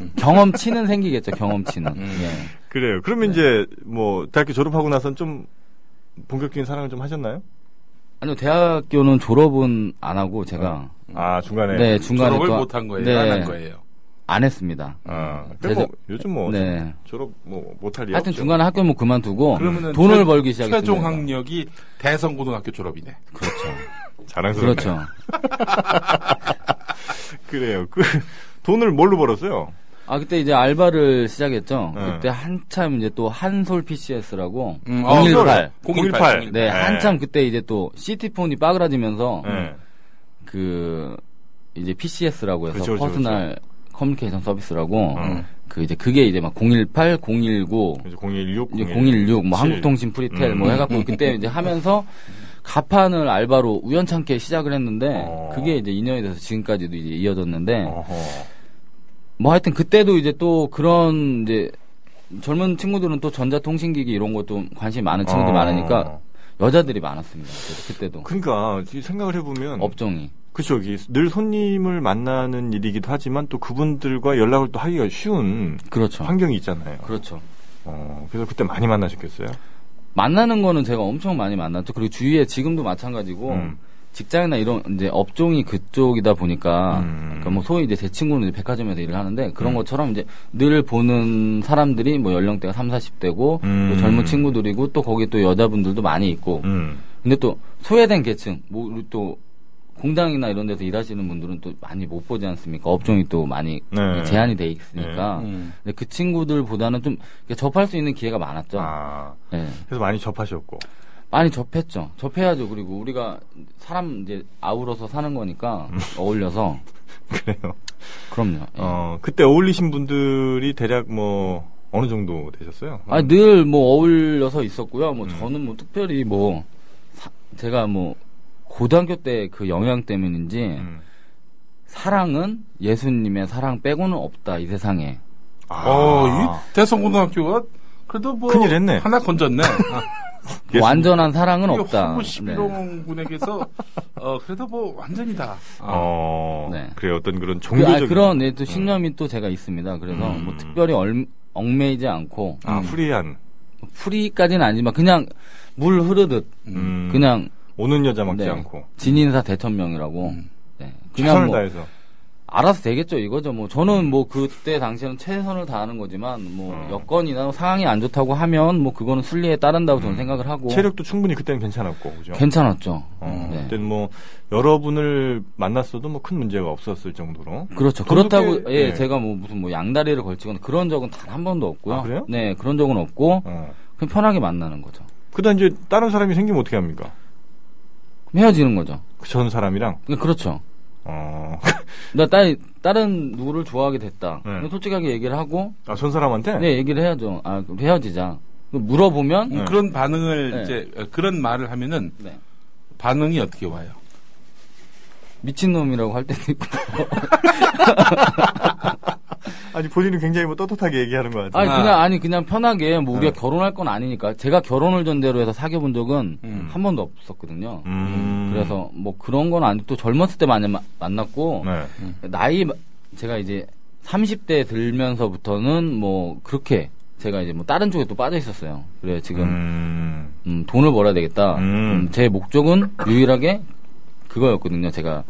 [SPEAKER 4] 음.
[SPEAKER 3] 경험치는 생기겠죠 경험치는 예.
[SPEAKER 2] 그래요. 그러면 이제 뭐 대학교 졸업하고 나선 좀 본격적인 사랑을 좀 하셨나요?
[SPEAKER 3] 아니요 대학교는 졸업은 안 하고 제가
[SPEAKER 2] 아 중간에.
[SPEAKER 3] 네, 중간에
[SPEAKER 4] 어. 졸업을
[SPEAKER 3] 또-
[SPEAKER 4] 못 한 거예요.
[SPEAKER 3] 네,
[SPEAKER 4] 안 한 거예요.
[SPEAKER 3] 안 했습니다
[SPEAKER 2] 아,
[SPEAKER 3] 제가-
[SPEAKER 2] 근데 뭐 요즘 뭐
[SPEAKER 3] 네.
[SPEAKER 2] 졸업 뭐 못할 일
[SPEAKER 3] 하여튼
[SPEAKER 2] 없죠.
[SPEAKER 3] 중간에 학교 뭐 그만두고
[SPEAKER 4] 그러면은
[SPEAKER 3] 돈을
[SPEAKER 4] 최-
[SPEAKER 3] 벌기 시작했습니다.
[SPEAKER 4] 최종 학력이 대성고등학교 졸업이네.
[SPEAKER 3] 그렇죠.
[SPEAKER 2] 자랑스럽네요.
[SPEAKER 3] 그렇죠.
[SPEAKER 2] (laughs) 그래요. 그 돈을 뭘로 벌었어요?
[SPEAKER 3] 아 그때 이제 알바를 시작했죠.
[SPEAKER 2] 네.
[SPEAKER 3] 그때 한참 이제 또 한솔 PCS라고
[SPEAKER 4] 음, 아,
[SPEAKER 3] 018.
[SPEAKER 4] 018.
[SPEAKER 3] 어, 네, 한참 그때 이제 또 시티폰이 빠그라지면서
[SPEAKER 2] 네.
[SPEAKER 3] 그 이제 PCS라고 해서
[SPEAKER 2] 그렇죠, 그렇죠,
[SPEAKER 3] 퍼스널 커뮤니케이션 서비스라고
[SPEAKER 2] 음.
[SPEAKER 3] 그 이제 그게 이제 막 018, 019
[SPEAKER 2] 이제 016,
[SPEAKER 3] 이제 016, 뭐
[SPEAKER 2] 예. 칠.
[SPEAKER 3] 한국통신 프리텔 뭐
[SPEAKER 2] 음.
[SPEAKER 3] 해갖고 그때 이제 하면서 가판을 알바로 우연찮게 시작을 했는데
[SPEAKER 2] 어.
[SPEAKER 3] 그게 이제 인연이 돼서 지금까지도 이제 이어졌는데
[SPEAKER 2] 어허.
[SPEAKER 3] 뭐 하여튼 그때도 이제 또 그런 이제 젊은 친구들은 또 전자통신기기 이런 것도 관심이 많은 친구들이
[SPEAKER 2] 어.
[SPEAKER 3] 많으니까 여자들이 많았습니다. 그래서 그때도
[SPEAKER 2] 그러니까 지금 생각을 해보면
[SPEAKER 3] 업종이
[SPEAKER 2] 그렇죠. 이게 늘 손님을 만나는 일이기도 하지만 또 그분들과 연락을 또 하기가 쉬운
[SPEAKER 3] 그렇죠.
[SPEAKER 2] 환경이 있잖아요.
[SPEAKER 3] 그렇죠.
[SPEAKER 2] 어, 그래서 그때 많이 만나셨겠어요.
[SPEAKER 3] 만나는 거는 제가 엄청 많이 만났죠. 그리고 주위에 지금도 마찬가지고
[SPEAKER 2] 음.
[SPEAKER 3] 직장이나 이런 이제 업종이 그쪽이다 보니까
[SPEAKER 2] 음.
[SPEAKER 3] 그러니까 뭐 소위 이제 제 친구는 이제 백화점에서 일을 하는데 그런 것처럼 이제 늘 보는 사람들이 뭐 연령대가 3, 40대고
[SPEAKER 2] 음.
[SPEAKER 3] 또 젊은 친구들이고 또 거기 또 여자분들도 많이 있고
[SPEAKER 2] 음.
[SPEAKER 3] 근데 또 소외된 계층 뭐 우리 또 공장이나 이런 데서 일하시는 분들은 또 많이 못 보지 않습니까? 업종이 또 많이
[SPEAKER 2] 네.
[SPEAKER 3] 제한이 돼 있으니까
[SPEAKER 4] 네. 음.
[SPEAKER 3] 근데 그 친구들보다는 좀 이렇게 접할 수 있는 기회가 많았죠.
[SPEAKER 2] 아,
[SPEAKER 3] 예.
[SPEAKER 2] 그래서 많이 접하셨고. (laughs)
[SPEAKER 3] 많이 접했죠. 접해야죠. 그리고 우리가 사람 이제 아우러서 사는 거니까 어울려서
[SPEAKER 2] 그래요.
[SPEAKER 3] 그럼요. 예.
[SPEAKER 2] 음. 어, 그때 어울리신 분들이 대략 뭐 어느 정도 되셨어요?
[SPEAKER 3] 아니 늘 뭐 어울려서 있었고요.
[SPEAKER 2] 음.
[SPEAKER 3] 뭐 저는 뭐 특별히 뭐 사- 제가 뭐 고등학교 때 그 영향 때문인지
[SPEAKER 2] 음.
[SPEAKER 3] 사랑은 예수님의 사랑 빼고는 없다 이 세상에. 뭐
[SPEAKER 2] 아,
[SPEAKER 4] 어, 이 대성고등학교가 그래도 뭐
[SPEAKER 2] 큰일 했네.
[SPEAKER 4] 하나
[SPEAKER 3] (laughs)
[SPEAKER 4] 건졌네. 아,
[SPEAKER 2] 예수님.
[SPEAKER 3] 완전한 사랑은
[SPEAKER 4] 이게
[SPEAKER 3] 없다. 네. 그, 아,
[SPEAKER 4] 홍보 11호 군에게서 어, 그래도 뭐 완전이다.
[SPEAKER 2] 어,
[SPEAKER 3] 네.
[SPEAKER 2] 그래 어떤 그런
[SPEAKER 3] 그,
[SPEAKER 2] 종교적인
[SPEAKER 3] 아, 그런 예, 또 신념이 또 제가 있습니다. 그래서
[SPEAKER 2] 음.
[SPEAKER 3] 뭐 특별히 얼- 얽매이지 않고
[SPEAKER 2] 아, 프리한
[SPEAKER 3] 프리까지는 아니지만 그냥 물 흐르듯
[SPEAKER 2] 음,
[SPEAKER 3] 그냥
[SPEAKER 2] 오는 여자 막지
[SPEAKER 3] 네.
[SPEAKER 2] 않고
[SPEAKER 3] 진인사 대천명이라고. 네.
[SPEAKER 2] 음. 최선을
[SPEAKER 3] 그냥 뭐
[SPEAKER 2] 다해서
[SPEAKER 3] 알아서 되겠죠 이거죠. 뭐 저는 뭐 그때 당시에는 최선을 다하는 거지만 뭐
[SPEAKER 2] 음.
[SPEAKER 3] 여건이나 상황이 안 좋다고 하면 뭐 그거는 순리에 따른다고 저는 생각을 하고
[SPEAKER 2] 음. 체력도 충분히 그때는 괜찮았고 그죠?
[SPEAKER 3] 뭐. 괜찮았죠.
[SPEAKER 2] 어,
[SPEAKER 3] 네.
[SPEAKER 2] 그때는 뭐 여러분을 만났어도 뭐 큰 문제가 없었을 정도로
[SPEAKER 3] 그렇죠.
[SPEAKER 2] 저도
[SPEAKER 3] 그렇다고
[SPEAKER 2] 꽤-
[SPEAKER 3] 예
[SPEAKER 2] 네.
[SPEAKER 3] 제가 뭐 무슨 뭐 양다리를 걸치거나 그런 적은 단 한 번도 없고요.
[SPEAKER 2] 아, 그래요?
[SPEAKER 3] 네 그런 적은 없고
[SPEAKER 2] 어.
[SPEAKER 3] 그냥 편하게 만나는 거죠.
[SPEAKER 2] 그다음 이제 다른 사람이 생기면 어떻게 합니까?
[SPEAKER 3] 그럼 헤어지는 거죠.
[SPEAKER 2] 그 전 사람이랑
[SPEAKER 3] 그러니까 그렇죠.
[SPEAKER 2] 어, (laughs)
[SPEAKER 3] 나 딸, 다른 누구를 좋아하게 됐다.
[SPEAKER 2] 네.
[SPEAKER 3] 그럼 솔직하게 얘기를 하고
[SPEAKER 2] 아, 전 사람한테
[SPEAKER 3] 네 얘기를 해야죠. 아 그럼 헤어지자. 그럼 물어보면
[SPEAKER 4] 음, 그런 반응을
[SPEAKER 3] 네.
[SPEAKER 4] 이제 어, 그런 말을 하면은
[SPEAKER 3] 네.
[SPEAKER 4] 반응이 어떻게 와요?
[SPEAKER 3] 미친놈이라고 할
[SPEAKER 2] (laughs)
[SPEAKER 3] 때도 있고.
[SPEAKER 2] 아니 본인은 굉장히 뭐 떳떳하게 얘기하는 것 같아요. 네.
[SPEAKER 3] 아니
[SPEAKER 4] 아.
[SPEAKER 3] 그냥 아니 그냥 편하게 뭐 우리가 결혼할 건 아니니까 제가 결혼을 전제로 해서 사귀어 본 적은
[SPEAKER 4] 음.
[SPEAKER 3] 한 번도 없었거든요.
[SPEAKER 2] 음.
[SPEAKER 3] 그래서 뭐 그런 건 아니고 또 젊었을 때 많이 마- 만났고 음.
[SPEAKER 2] 네.
[SPEAKER 3] 나이 마- 제가 이제 30대 들면서부터는 뭐 그렇게 제가 이제 뭐 다른 쪽에 또 빠져 있었어요. 그래 지금
[SPEAKER 2] 음.
[SPEAKER 3] 음, 돈을 벌어야 되겠다.
[SPEAKER 2] 음.
[SPEAKER 3] 음, 제 목적은 유일하게 그거였거든요. 제가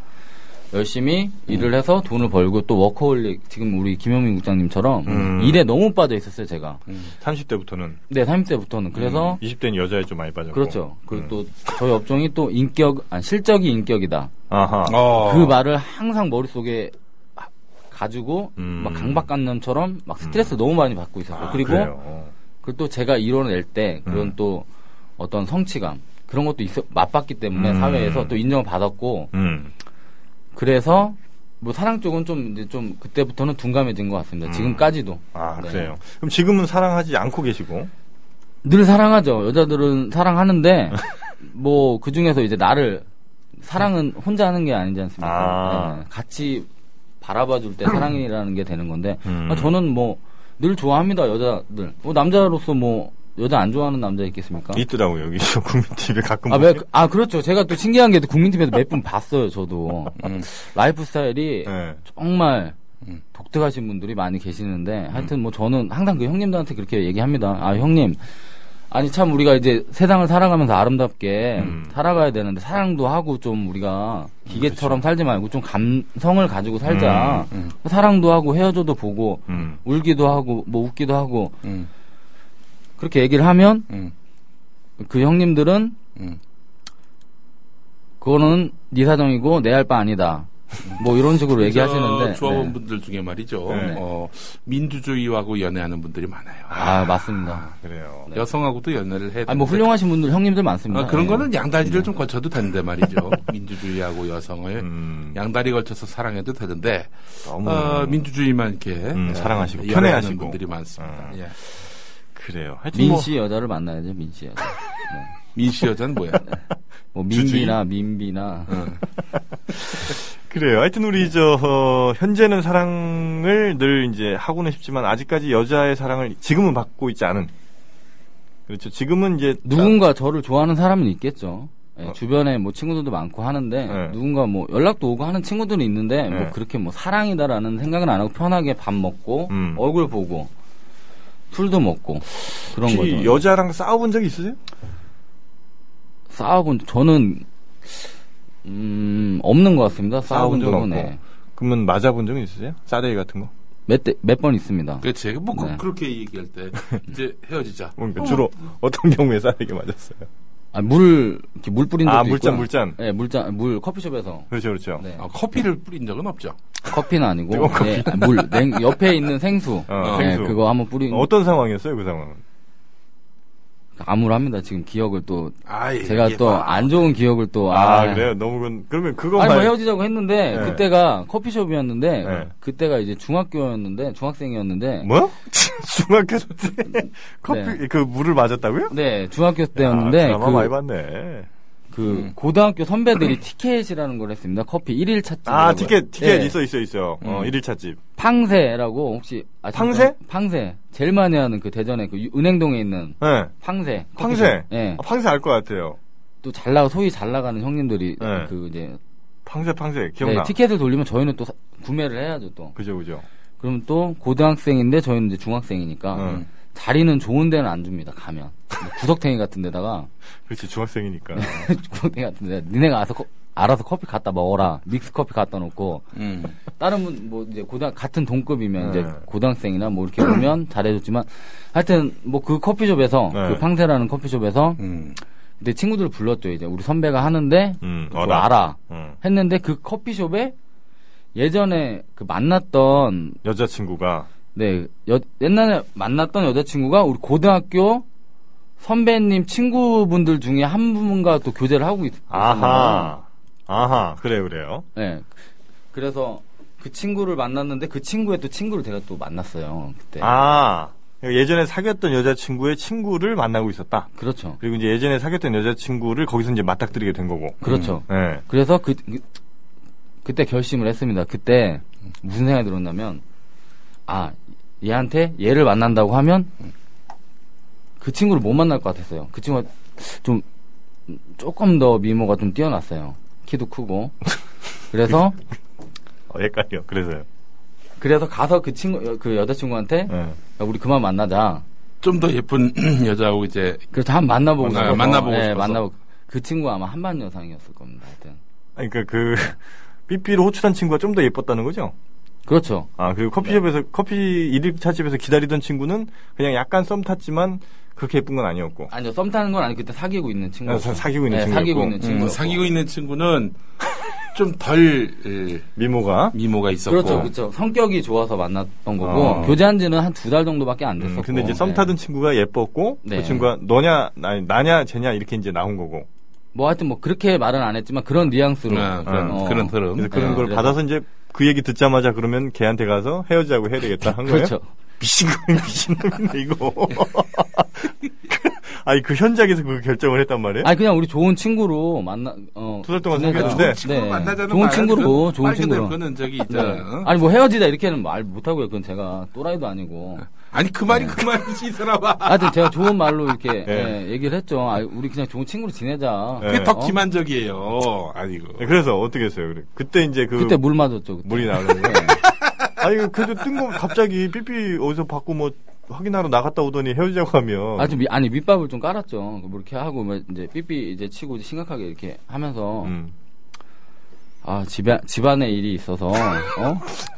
[SPEAKER 3] 열심히
[SPEAKER 2] 음.
[SPEAKER 3] 일을 해서 돈을 벌고 또 워커홀릭 지금 우리 김영민 국장님처럼
[SPEAKER 2] 음.
[SPEAKER 3] 일에 너무 빠져 있었어요. 제가
[SPEAKER 2] 30대부터는
[SPEAKER 3] 네 30대부터는 그래서
[SPEAKER 2] 20대는 여자에 좀 많이 빠졌고.
[SPEAKER 3] 그렇죠. 그리고 또 저희 업종이 또 인격 아 실적이 인격이다.
[SPEAKER 2] 아하.
[SPEAKER 4] 어.
[SPEAKER 3] 그 말을 항상 머릿속에 하- 가지고
[SPEAKER 2] 음.
[SPEAKER 3] 막 강박관념처럼 막 스트레스 너무 많이 받고 있었어요.
[SPEAKER 2] 아,
[SPEAKER 3] 그리고
[SPEAKER 2] 그래요. 어.
[SPEAKER 3] 그리고 또 제가 이뤄낼 때 그런
[SPEAKER 2] 음.
[SPEAKER 3] 또 어떤 성취감 그런 것도 있어, 맛봤기 때문에
[SPEAKER 2] 음.
[SPEAKER 3] 사회에서 또 인정을 받았고
[SPEAKER 2] 음.
[SPEAKER 3] 그래서 뭐 사랑 쪽은 좀 이제 좀 그때부터는 둔감해진 것 같습니다. 지금까지도
[SPEAKER 2] 음. 아,
[SPEAKER 3] 네.
[SPEAKER 2] 그래요. 그럼 지금은 사랑하지 않고 계시고.
[SPEAKER 3] 늘 사랑하죠. 여자들은 사랑하는데 뭐 그 중에서 이제 나를 사랑은 혼자 하는 게 아니지 않습니까?
[SPEAKER 2] 아.
[SPEAKER 3] 네. 같이 바라봐줄 때 사랑이라는 게 되는 건데
[SPEAKER 2] 음.
[SPEAKER 3] 아, 저는 뭐 늘 좋아합니다 여자들. 뭐 남자로서 뭐 여자 안 좋아하는 남자 있겠습니까?
[SPEAKER 2] 있더라고 요 여기 (laughs) 국민 TV에 가끔
[SPEAKER 3] 어? 아,
[SPEAKER 2] 보면.
[SPEAKER 3] 왜, 아, 그렇죠. 제가 또 신기한 게 국민TV에서 몇 분 봤어요, 저도. 음, 라이프 스타일이
[SPEAKER 2] 네.
[SPEAKER 3] 정말 독특하신 분들이 많이 계시는데, 하여튼 뭐 저는 항상 그 형님들한테 그렇게 얘기합니다. 아, 형님. 아니, 참 우리가 이제 세상을 살아가면서 아름답게 살아가야 되는데, 사랑도 하고 좀 우리가 기계처럼 살지 말고 좀 감성을 가지고 살자. 뭐 사랑도 하고 헤어져도 보고,
[SPEAKER 2] 음.
[SPEAKER 3] 울기도 하고, 뭐 웃기도 하고,
[SPEAKER 4] 음,
[SPEAKER 3] 그렇게 얘기를 하면
[SPEAKER 4] 음,
[SPEAKER 3] 그 형님들은
[SPEAKER 4] 음.
[SPEAKER 3] 그거는 네 사정이고 내 할 바 아니다. 뭐 이런 식으로 얘기하시는데.
[SPEAKER 4] 저 조합원분들 중에 말이죠.
[SPEAKER 2] 네.
[SPEAKER 4] 어, 민주주의하고 연애하는 분들이 많아요.
[SPEAKER 3] 네. 아 맞습니다.
[SPEAKER 2] 그래요.
[SPEAKER 4] 여성하고도 연애를 해야
[SPEAKER 3] 아 뭐
[SPEAKER 4] 되는데
[SPEAKER 3] 훌륭하신 분들 형님들 많습니다.
[SPEAKER 4] 아, 그런
[SPEAKER 3] 예.
[SPEAKER 4] 거는 양다리를 좀 거쳐도 되는데 말이죠. (laughs) 민주주의하고
[SPEAKER 3] 네.
[SPEAKER 4] 여성을
[SPEAKER 2] 음,
[SPEAKER 4] 양다리 걸쳐서 사랑해도 되는데
[SPEAKER 2] 너무
[SPEAKER 3] 아,
[SPEAKER 4] 어, 민주주의만 이렇게 네,
[SPEAKER 2] 음, 사랑하시고
[SPEAKER 4] 연애하는
[SPEAKER 2] 편애하시고.
[SPEAKER 4] 분들이 많습니다.
[SPEAKER 2] 음.
[SPEAKER 4] 예.
[SPEAKER 2] 그래요. 하여튼 뭐,
[SPEAKER 3] 민씨 여자를 만나야죠 민씨 여자.
[SPEAKER 4] 민씨 여자는 뭐야?
[SPEAKER 3] 뭐
[SPEAKER 2] 주주인? 네.
[SPEAKER 3] 민비나 민비나
[SPEAKER 2] 그래요. 하여튼 우리 저 어, 현재는 사랑을 늘 이제 하고는 싶지만 아직까지 여자의 사랑을 지금은 받고 있지 않은. 그렇죠. 지금은 이제
[SPEAKER 3] 누군가 저를 좋아하는 사람은 있겠죠. 예,
[SPEAKER 2] 어.
[SPEAKER 3] 주변에 뭐 친구들도 많고 하는데
[SPEAKER 2] 네.
[SPEAKER 3] 누군가 뭐 연락도 오고 하는 친구들은 있는데
[SPEAKER 2] 네.
[SPEAKER 3] 뭐 그렇게 뭐 사랑이다라는 생각은 안 하고 편하게 밥 먹고
[SPEAKER 2] 음.
[SPEAKER 3] 얼굴 보고 술도 먹고 그런
[SPEAKER 2] 혹시
[SPEAKER 3] 거죠.
[SPEAKER 2] 여자랑 싸워본 적 있으세요?
[SPEAKER 3] 싸워본 저는 음 없는 것 같습니다. 싸워본
[SPEAKER 2] 적
[SPEAKER 3] 적은
[SPEAKER 2] 없고.
[SPEAKER 3] 네.
[SPEAKER 2] 그러면 맞아본 적은 있으세요? 싸대기 같은 거?
[SPEAKER 3] 몇몇 번 있습니다.
[SPEAKER 4] 그렇지. 뭐 그-
[SPEAKER 3] 네.
[SPEAKER 4] 그렇게 얘기할 때 이제 헤어지자.
[SPEAKER 2] 그러니까 주로 어떤 경우에 싸대기 맞았어요?
[SPEAKER 3] 아, 물 이렇게 물 뿌린 적도
[SPEAKER 2] 아, 물잔,
[SPEAKER 3] 있고요.
[SPEAKER 2] 물잔.
[SPEAKER 3] 예, 물잔 물 커피숍에서
[SPEAKER 2] 그렇죠, 그렇죠.
[SPEAKER 3] 네.
[SPEAKER 4] 아, 커피를 뿌린 적은 없죠.
[SPEAKER 3] 커피는 아니고
[SPEAKER 2] 뜨거운 커피.
[SPEAKER 3] 예, 아, 물 냉, 옆에 있는 생수.
[SPEAKER 2] 어,
[SPEAKER 3] 예,
[SPEAKER 2] 생수.
[SPEAKER 3] 그거 한번 뿌린
[SPEAKER 2] 어떤 상황이었어요, 그 상황은?
[SPEAKER 3] 암울합니다. 지금 기억을 또
[SPEAKER 4] 아, 예.
[SPEAKER 3] 제가
[SPEAKER 4] 이게
[SPEAKER 3] 또
[SPEAKER 4] 봐.
[SPEAKER 3] 안 좋은 기억을 또
[SPEAKER 2] 아,
[SPEAKER 3] 아,
[SPEAKER 2] 그래요? 너무, 그- 그러면 그거
[SPEAKER 3] 아니 뭐
[SPEAKER 2] 말-
[SPEAKER 3] 헤어지자고 했는데
[SPEAKER 2] 네.
[SPEAKER 3] 그때가 커피숍이었는데
[SPEAKER 2] 네.
[SPEAKER 3] 그때가 이제 중학교였는데 중학생이었는데
[SPEAKER 2] 뭐? (laughs) 중학교 때 (laughs) 커피,
[SPEAKER 3] 네.
[SPEAKER 2] 그 물을 맞았다고요?
[SPEAKER 3] 네 중학교
[SPEAKER 2] 아,
[SPEAKER 3] 때였는데
[SPEAKER 2] 드라마
[SPEAKER 3] 그
[SPEAKER 2] 많이 봤네.
[SPEAKER 3] 그
[SPEAKER 2] 음.
[SPEAKER 3] 고등학교 선배들이 티켓이라는 걸 했습니다. 커피 1일 찻집.
[SPEAKER 2] 아, 티켓, 티켓 있어, 있어, 있어.
[SPEAKER 3] 음.
[SPEAKER 2] 어, 1일차 집.
[SPEAKER 3] 팡세라고 혹시 아십니까?
[SPEAKER 2] 팡세?
[SPEAKER 3] 팡세. 제일 많이 하는 그 대전에 그 유- 은행동에 있는
[SPEAKER 2] 예.
[SPEAKER 3] 팡세.
[SPEAKER 2] 팡세.
[SPEAKER 3] 커피숍. 예.
[SPEAKER 2] 아, 팡세 알 것 같아요.
[SPEAKER 3] 또 잘 나가 소위 잘 나가는 형님들이
[SPEAKER 2] 네.
[SPEAKER 3] 그 이제
[SPEAKER 2] 팡세, 팡세. 기억나?
[SPEAKER 3] 네, 티켓을 돌리면 저희는 또 사- 구매를 해야죠 또.
[SPEAKER 2] 그죠, 그죠.
[SPEAKER 3] 그럼 또 고등학생인데 저희는 이제 중학생이니까
[SPEAKER 2] 음.
[SPEAKER 3] 자리는 좋은 데는 안 줍니다. 가면 뭐 구석탱이 같은 데다가 (laughs)
[SPEAKER 2] 그렇지,
[SPEAKER 3] 네.
[SPEAKER 2] 중학생이니까.
[SPEAKER 3] 구석탱이 같은 데 니네가 알아서 커- 알아서 커피 갖다 먹어라. 믹스 커피 갖다 놓고
[SPEAKER 4] 음.
[SPEAKER 3] 다른 분 뭐 이제 고등 같은 동급이면
[SPEAKER 2] 네.
[SPEAKER 3] 이제 고등학생이나 뭐 이렇게 보면 (clears throat) 잘해줬지만 하여튼 뭐 그 커피숍에서
[SPEAKER 2] 네.
[SPEAKER 3] 그 팡세라는 커피숍에서
[SPEAKER 4] 음.
[SPEAKER 3] 내 친구들을 불렀죠 이제 우리 선배가 하는데
[SPEAKER 2] 음,
[SPEAKER 3] 그거
[SPEAKER 2] 어라.
[SPEAKER 3] 알아
[SPEAKER 2] 음.
[SPEAKER 3] 했는데 그 커피숍에 예전에 그 만났던
[SPEAKER 2] 여자친구가.
[SPEAKER 3] 네 여- 옛날에 만났던 여자친구가 우리 고등학교 선배님 친구분들 중에 한 분과 또 교제를 하고 있,
[SPEAKER 2] 아하. 음. 아하. 그래요, 그래요.
[SPEAKER 3] 네. 그래서 그 친구를 만났는데 그 친구의 또 친구를 제가 또 만났어요. 그때.
[SPEAKER 2] 아. 예전에 사귀었던 여자친구의 친구를 만나고 있었다.
[SPEAKER 3] 그렇죠.
[SPEAKER 2] 그리고 이제 예전에 사귀었던 여자친구를 거기서 이제 맞닥뜨리게 된 거고.
[SPEAKER 3] 그렇죠.
[SPEAKER 2] 예.
[SPEAKER 3] 그래서 그, 그, 때 결심을 했습니다. 그때 무슨 생각이 들었냐면 아, 얘한테 얘를 만난다고 하면 그 친구를 못 만날 것 같았어요. 그 친구가 좀 조금 더 미모가 좀 뛰어났어요. 키도 크고. 그래서
[SPEAKER 2] 어, 헷갈려. 그래서요.
[SPEAKER 3] 그래서 가서 그 친구 여- 그 여자친구한테
[SPEAKER 2] 예.
[SPEAKER 3] 야, 우리 그만 만나자.
[SPEAKER 4] 좀 더 예쁜 (clears throat) 여자하고 이제
[SPEAKER 3] 그래서 한 만나보고
[SPEAKER 2] 네,
[SPEAKER 4] 만나-
[SPEAKER 3] 싶어서.
[SPEAKER 4] 만나보고
[SPEAKER 3] 예,
[SPEAKER 4] 싶어서.
[SPEAKER 3] 만나보고. 그 친구가 아마 한반 여상이었을 겁니다. 하여튼.
[SPEAKER 2] 아니, 그러니까 그 (laughs) 삐삐로 호출한 친구가 좀 더 예뻤다는 거죠?
[SPEAKER 3] 그렇죠.
[SPEAKER 2] 아, 그리고 커피숍에서 커피 1일차 집에서 기다리던 친구는 그냥 약간 썸 탔지만 그렇게 예쁜 건 아니었고.
[SPEAKER 3] 아니요, 썸 타는 건 아니고 그때 사귀고 있는 친구.
[SPEAKER 2] 아, 사- 사귀고 있는 친구였고.
[SPEAKER 3] 사귀고 있는 친구.
[SPEAKER 4] 음, 사귀고 있는 친구는 좀 덜 예,
[SPEAKER 2] 미모가
[SPEAKER 4] 미모가 있었고
[SPEAKER 3] 그렇죠, 그렇죠. 성격이 좋아서 만났던 거고
[SPEAKER 2] 어.
[SPEAKER 3] 교제한 지는 한 두 달 정도밖에 안 됐었고.
[SPEAKER 2] 음, 근데 이제 썸 타던 친구가 예뻤고
[SPEAKER 3] 네.
[SPEAKER 2] 그 친구가 너냐 나, 나냐 쟤냐 이렇게 이제 나온 거고
[SPEAKER 3] 뭐 하여튼 뭐 그렇게 말은 안 했지만 그런 뉘앙스로
[SPEAKER 4] 아, 그런,
[SPEAKER 3] 어.
[SPEAKER 4] 그런 흐름.
[SPEAKER 2] 네, 그래서 예, 그런
[SPEAKER 3] 네,
[SPEAKER 2] 걸
[SPEAKER 3] 그래서-
[SPEAKER 2] 받아서 이제 그 얘기 듣자마자 그러면 걔한테 가서 헤어지자고 해야 되겠다 한 거예요?
[SPEAKER 3] 그렇죠.
[SPEAKER 2] 미친 놈이 미친 놈인데 이거. (laughs) 아니 그 현장에서 그 결정을 했단 말이에요?
[SPEAKER 3] 아니 그냥 우리 좋은 친구로 만나 어.
[SPEAKER 2] 두달 동안
[SPEAKER 3] 지내자.
[SPEAKER 2] 사귀었는데
[SPEAKER 3] 네. 좋은 친구로 좋은 친구로.
[SPEAKER 4] 그는 저기
[SPEAKER 3] 네.
[SPEAKER 4] 있잖아. 어?
[SPEAKER 3] 아니 뭐 헤어지자 이렇게는 말 못하고요. 그건 제가 또라이도 아니고.
[SPEAKER 2] 네.
[SPEAKER 4] 아니 그 말이
[SPEAKER 3] 네.
[SPEAKER 4] 그 말이지 이 사람아.
[SPEAKER 3] 하여튼 제가 좋은 말로 이렇게
[SPEAKER 2] 네.
[SPEAKER 3] 예, 얘기를 했죠. 아, 우리 그냥 좋은 친구로 지내자.
[SPEAKER 2] 네.
[SPEAKER 4] 그게 더
[SPEAKER 3] 어?
[SPEAKER 4] 기만적이에요. 아니고.
[SPEAKER 2] 네, 그래서 어떻게 했어요? 그래. 그때 이제 그
[SPEAKER 3] 그때 물 맞았죠. 그때.
[SPEAKER 2] 물이 (laughs) 나오는데. 아니 그래도 뜬금 갑자기 삐삐 어디서 받고 뭐 확인하러 나갔다 오더니 헤어지자고 하면
[SPEAKER 3] 아주 미- 아니 밑밥을 좀 깔았죠. 뭐 이렇게 하고 뭐 이제 삐삐 이제 치고 이제 심각하게 이렇게 하면서
[SPEAKER 2] 음.
[SPEAKER 3] 아 집에 집안에 일이 있어서 어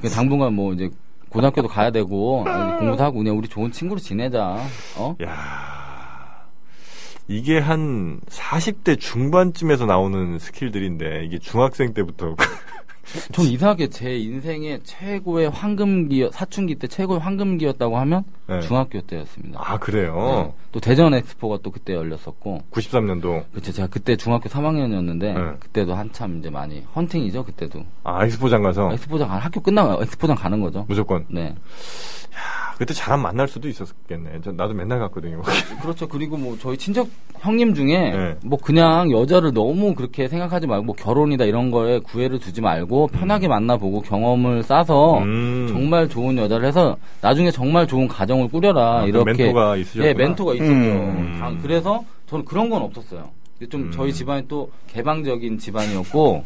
[SPEAKER 3] 그냥 당분간 뭐 이제 고등학교도 가야 되고 아, 공부도 하고 그냥 우리 좋은 친구로 지내자.
[SPEAKER 2] 예.
[SPEAKER 3] 어
[SPEAKER 2] 이게 한 40대 중반쯤에서 나오는 스킬들인데 이게 중학생 때부터 (laughs)
[SPEAKER 3] 전 이상하게 제 인생의 최고의 황금기 사춘기 때 최고의 황금기였다고 하면
[SPEAKER 2] 네.
[SPEAKER 3] 중학교 때였습니다.
[SPEAKER 2] 아 그래요.
[SPEAKER 3] 네. 또 대전 엑스포가 또 그때 열렸었고
[SPEAKER 2] 93년도
[SPEAKER 3] 그쵸 제가 그때 중학교 3학년이었는데
[SPEAKER 2] 네.
[SPEAKER 3] 그때도 한참 이제 많이 헌팅이죠 그때도
[SPEAKER 2] 아 엑스포장 가서
[SPEAKER 3] 엑스포장 가- 학교 끝나면 엑스포장 가는 거죠.
[SPEAKER 2] 무조건
[SPEAKER 3] 네
[SPEAKER 2] 아, 그때 잘하면 만날 수도 있었겠네. 저- 나도 맨날 갔거든요. (laughs)
[SPEAKER 3] 그렇죠 그리고 뭐 저희 친척 형님 중에
[SPEAKER 2] 네.
[SPEAKER 3] 뭐 그냥 여자를 너무 그렇게 생각하지 말고 뭐 결혼이다 이런 거에 구애를 두지 말고 편하게 만나보고 경험을 쌓아서
[SPEAKER 2] 음.
[SPEAKER 3] 정말 좋은 여자를 해서 나중에 정말 좋은 가정을 꾸려라
[SPEAKER 2] 아,
[SPEAKER 3] 이렇게
[SPEAKER 2] 멘토가 있으셨구나.
[SPEAKER 3] 예 멘토가 있었죠.
[SPEAKER 2] 음.
[SPEAKER 3] 아, 그래서 저는 그런 건 없었어요. 근데 좀 저희 집안이 또 개방적인
[SPEAKER 2] (laughs)
[SPEAKER 3] 집안이었고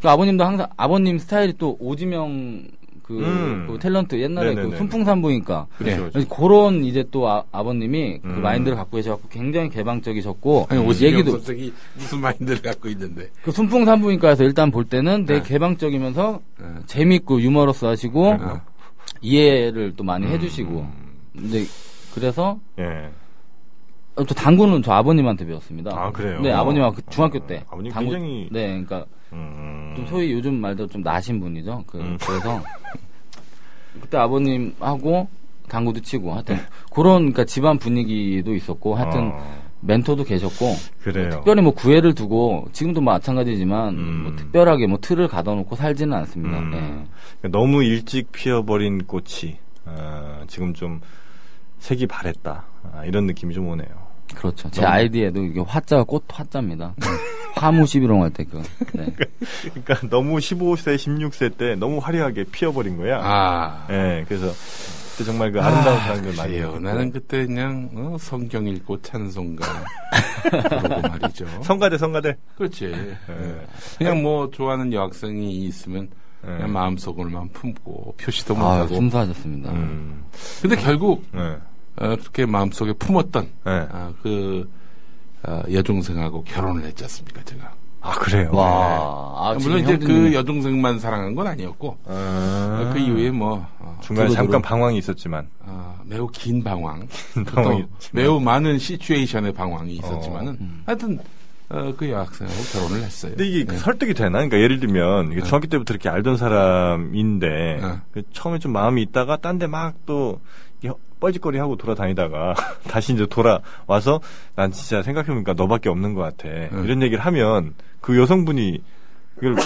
[SPEAKER 3] 그 아버님도 항상 아버님 스타일이 또 오지명 그,
[SPEAKER 2] 음.
[SPEAKER 3] 그 탤런트 옛날에
[SPEAKER 2] 네네네.
[SPEAKER 3] 그 순풍산부인가
[SPEAKER 2] 그렇죠,
[SPEAKER 3] 예.
[SPEAKER 2] 그렇죠.
[SPEAKER 3] 그런 이제 또 아, 버님이그
[SPEAKER 2] 음.
[SPEAKER 3] 마인드를 갖고 계셔갖고 굉장히 개방적이셨고
[SPEAKER 4] 아니 오십 년
[SPEAKER 3] 얘기도
[SPEAKER 4] 갑자기 무슨 마인드를 갖고 있는데.
[SPEAKER 3] 그 순풍산부인과에서 일단 볼 때는 되게 개방적이면서
[SPEAKER 4] 네.
[SPEAKER 3] 재밌고 유머러스 하시고
[SPEAKER 2] 네.
[SPEAKER 4] 어.
[SPEAKER 3] 이해를 또
[SPEAKER 2] 음.
[SPEAKER 3] 많이 해주시고 근데 그래서
[SPEAKER 2] 예.
[SPEAKER 3] 어, 저 당구는 저 아버님한테 배웠습니다.
[SPEAKER 2] 아, 그래요?
[SPEAKER 3] 네 아버님하고 그
[SPEAKER 2] 어.
[SPEAKER 3] 중학교 때
[SPEAKER 2] 아버님 굉장히-
[SPEAKER 3] 네 그러니까
[SPEAKER 2] 음.
[SPEAKER 3] 좀 소위 요즘 말대로 좀 나신 분이죠. 그,
[SPEAKER 2] 음.
[SPEAKER 3] 래서 그때 아버님하고 당구도 치고 하여튼 그런 그러니까 집안 분위기도 있었고 하여튼
[SPEAKER 2] 어,
[SPEAKER 3] 멘토도 계셨고
[SPEAKER 2] 그래요.
[SPEAKER 3] 특별히 뭐 구애를 두고 지금도 마찬가지지만
[SPEAKER 2] 음.
[SPEAKER 3] 뭐 특별하게 뭐 틀을 가둬놓고 살지는 않습니다.
[SPEAKER 2] 음.
[SPEAKER 3] 네.
[SPEAKER 2] 너무 일찍 피어버린 꽃이 아, 지금 좀 색이 바랬다 아, 이런 느낌이 좀 오네요.
[SPEAKER 3] 그렇죠. 제 아이디에도 이게 화자가 꽃 화자입니다. 화무시비롱 할 때 그. 네.
[SPEAKER 2] 그러니까 (laughs) 너무 15세, 16세 때 너무 화려하게 피어버린 거야.
[SPEAKER 4] 아.
[SPEAKER 2] 예, 그래서 그때 정말 그 아름다운 사람들 많이.
[SPEAKER 4] 그래요.
[SPEAKER 2] 있고.
[SPEAKER 4] 나는 그때 그냥 어, 성경 읽고 찬송가
[SPEAKER 3] (laughs)
[SPEAKER 4] 그러고 말이죠.
[SPEAKER 2] 성가대, 성가대.
[SPEAKER 4] 그렇지. 예. 그냥 뭐 좋아하는 여학생이 있으면
[SPEAKER 2] 예.
[SPEAKER 4] 그냥 마음속으로만 품고 표시도
[SPEAKER 3] 네. 아
[SPEAKER 4] 못하고.
[SPEAKER 3] 순수하셨습니다.
[SPEAKER 2] 음,
[SPEAKER 4] 근데 결국
[SPEAKER 2] 예.
[SPEAKER 4] 어, 그렇게 마음속에 품었던
[SPEAKER 2] 예.
[SPEAKER 4] 아, 그 어, 여중생하고 결혼을 했지 않습니까 제가.
[SPEAKER 2] 아 그래요.
[SPEAKER 3] 와. 아, 지금
[SPEAKER 4] 물론 이제
[SPEAKER 3] 형제님.
[SPEAKER 4] 그 여중생만 사랑한 건 아니었고 어,
[SPEAKER 2] 아,
[SPEAKER 4] 그 이후에 뭐 어,
[SPEAKER 2] 중간에
[SPEAKER 4] 두루두루,
[SPEAKER 2] 잠깐 방황이 있었지만. (laughs)
[SPEAKER 4] 어, 매우 긴 방황,
[SPEAKER 2] 방황이 음.
[SPEAKER 4] 또 매우 많은 시츄에이션의 방황이 있었지만은 하여튼 어, 그 여학생하고 결혼을 했어요.
[SPEAKER 2] 근데 이게
[SPEAKER 4] 예.
[SPEAKER 2] 설득이 되나? 그러니까 예를 들면 이게 중학교 때부터 이렇게 알던 사람인데
[SPEAKER 4] 네.
[SPEAKER 2] 그 처음에 좀 마음이 있다가 딴 데 막 또 뻘짓거리 하고 돌아다니다가 (laughs) 다시 이제 돌아와서 난 진짜 생각해보니까 너밖에 없는 것 같아
[SPEAKER 4] 네.
[SPEAKER 2] 이런 얘기를 하면 그 여성분이 그걸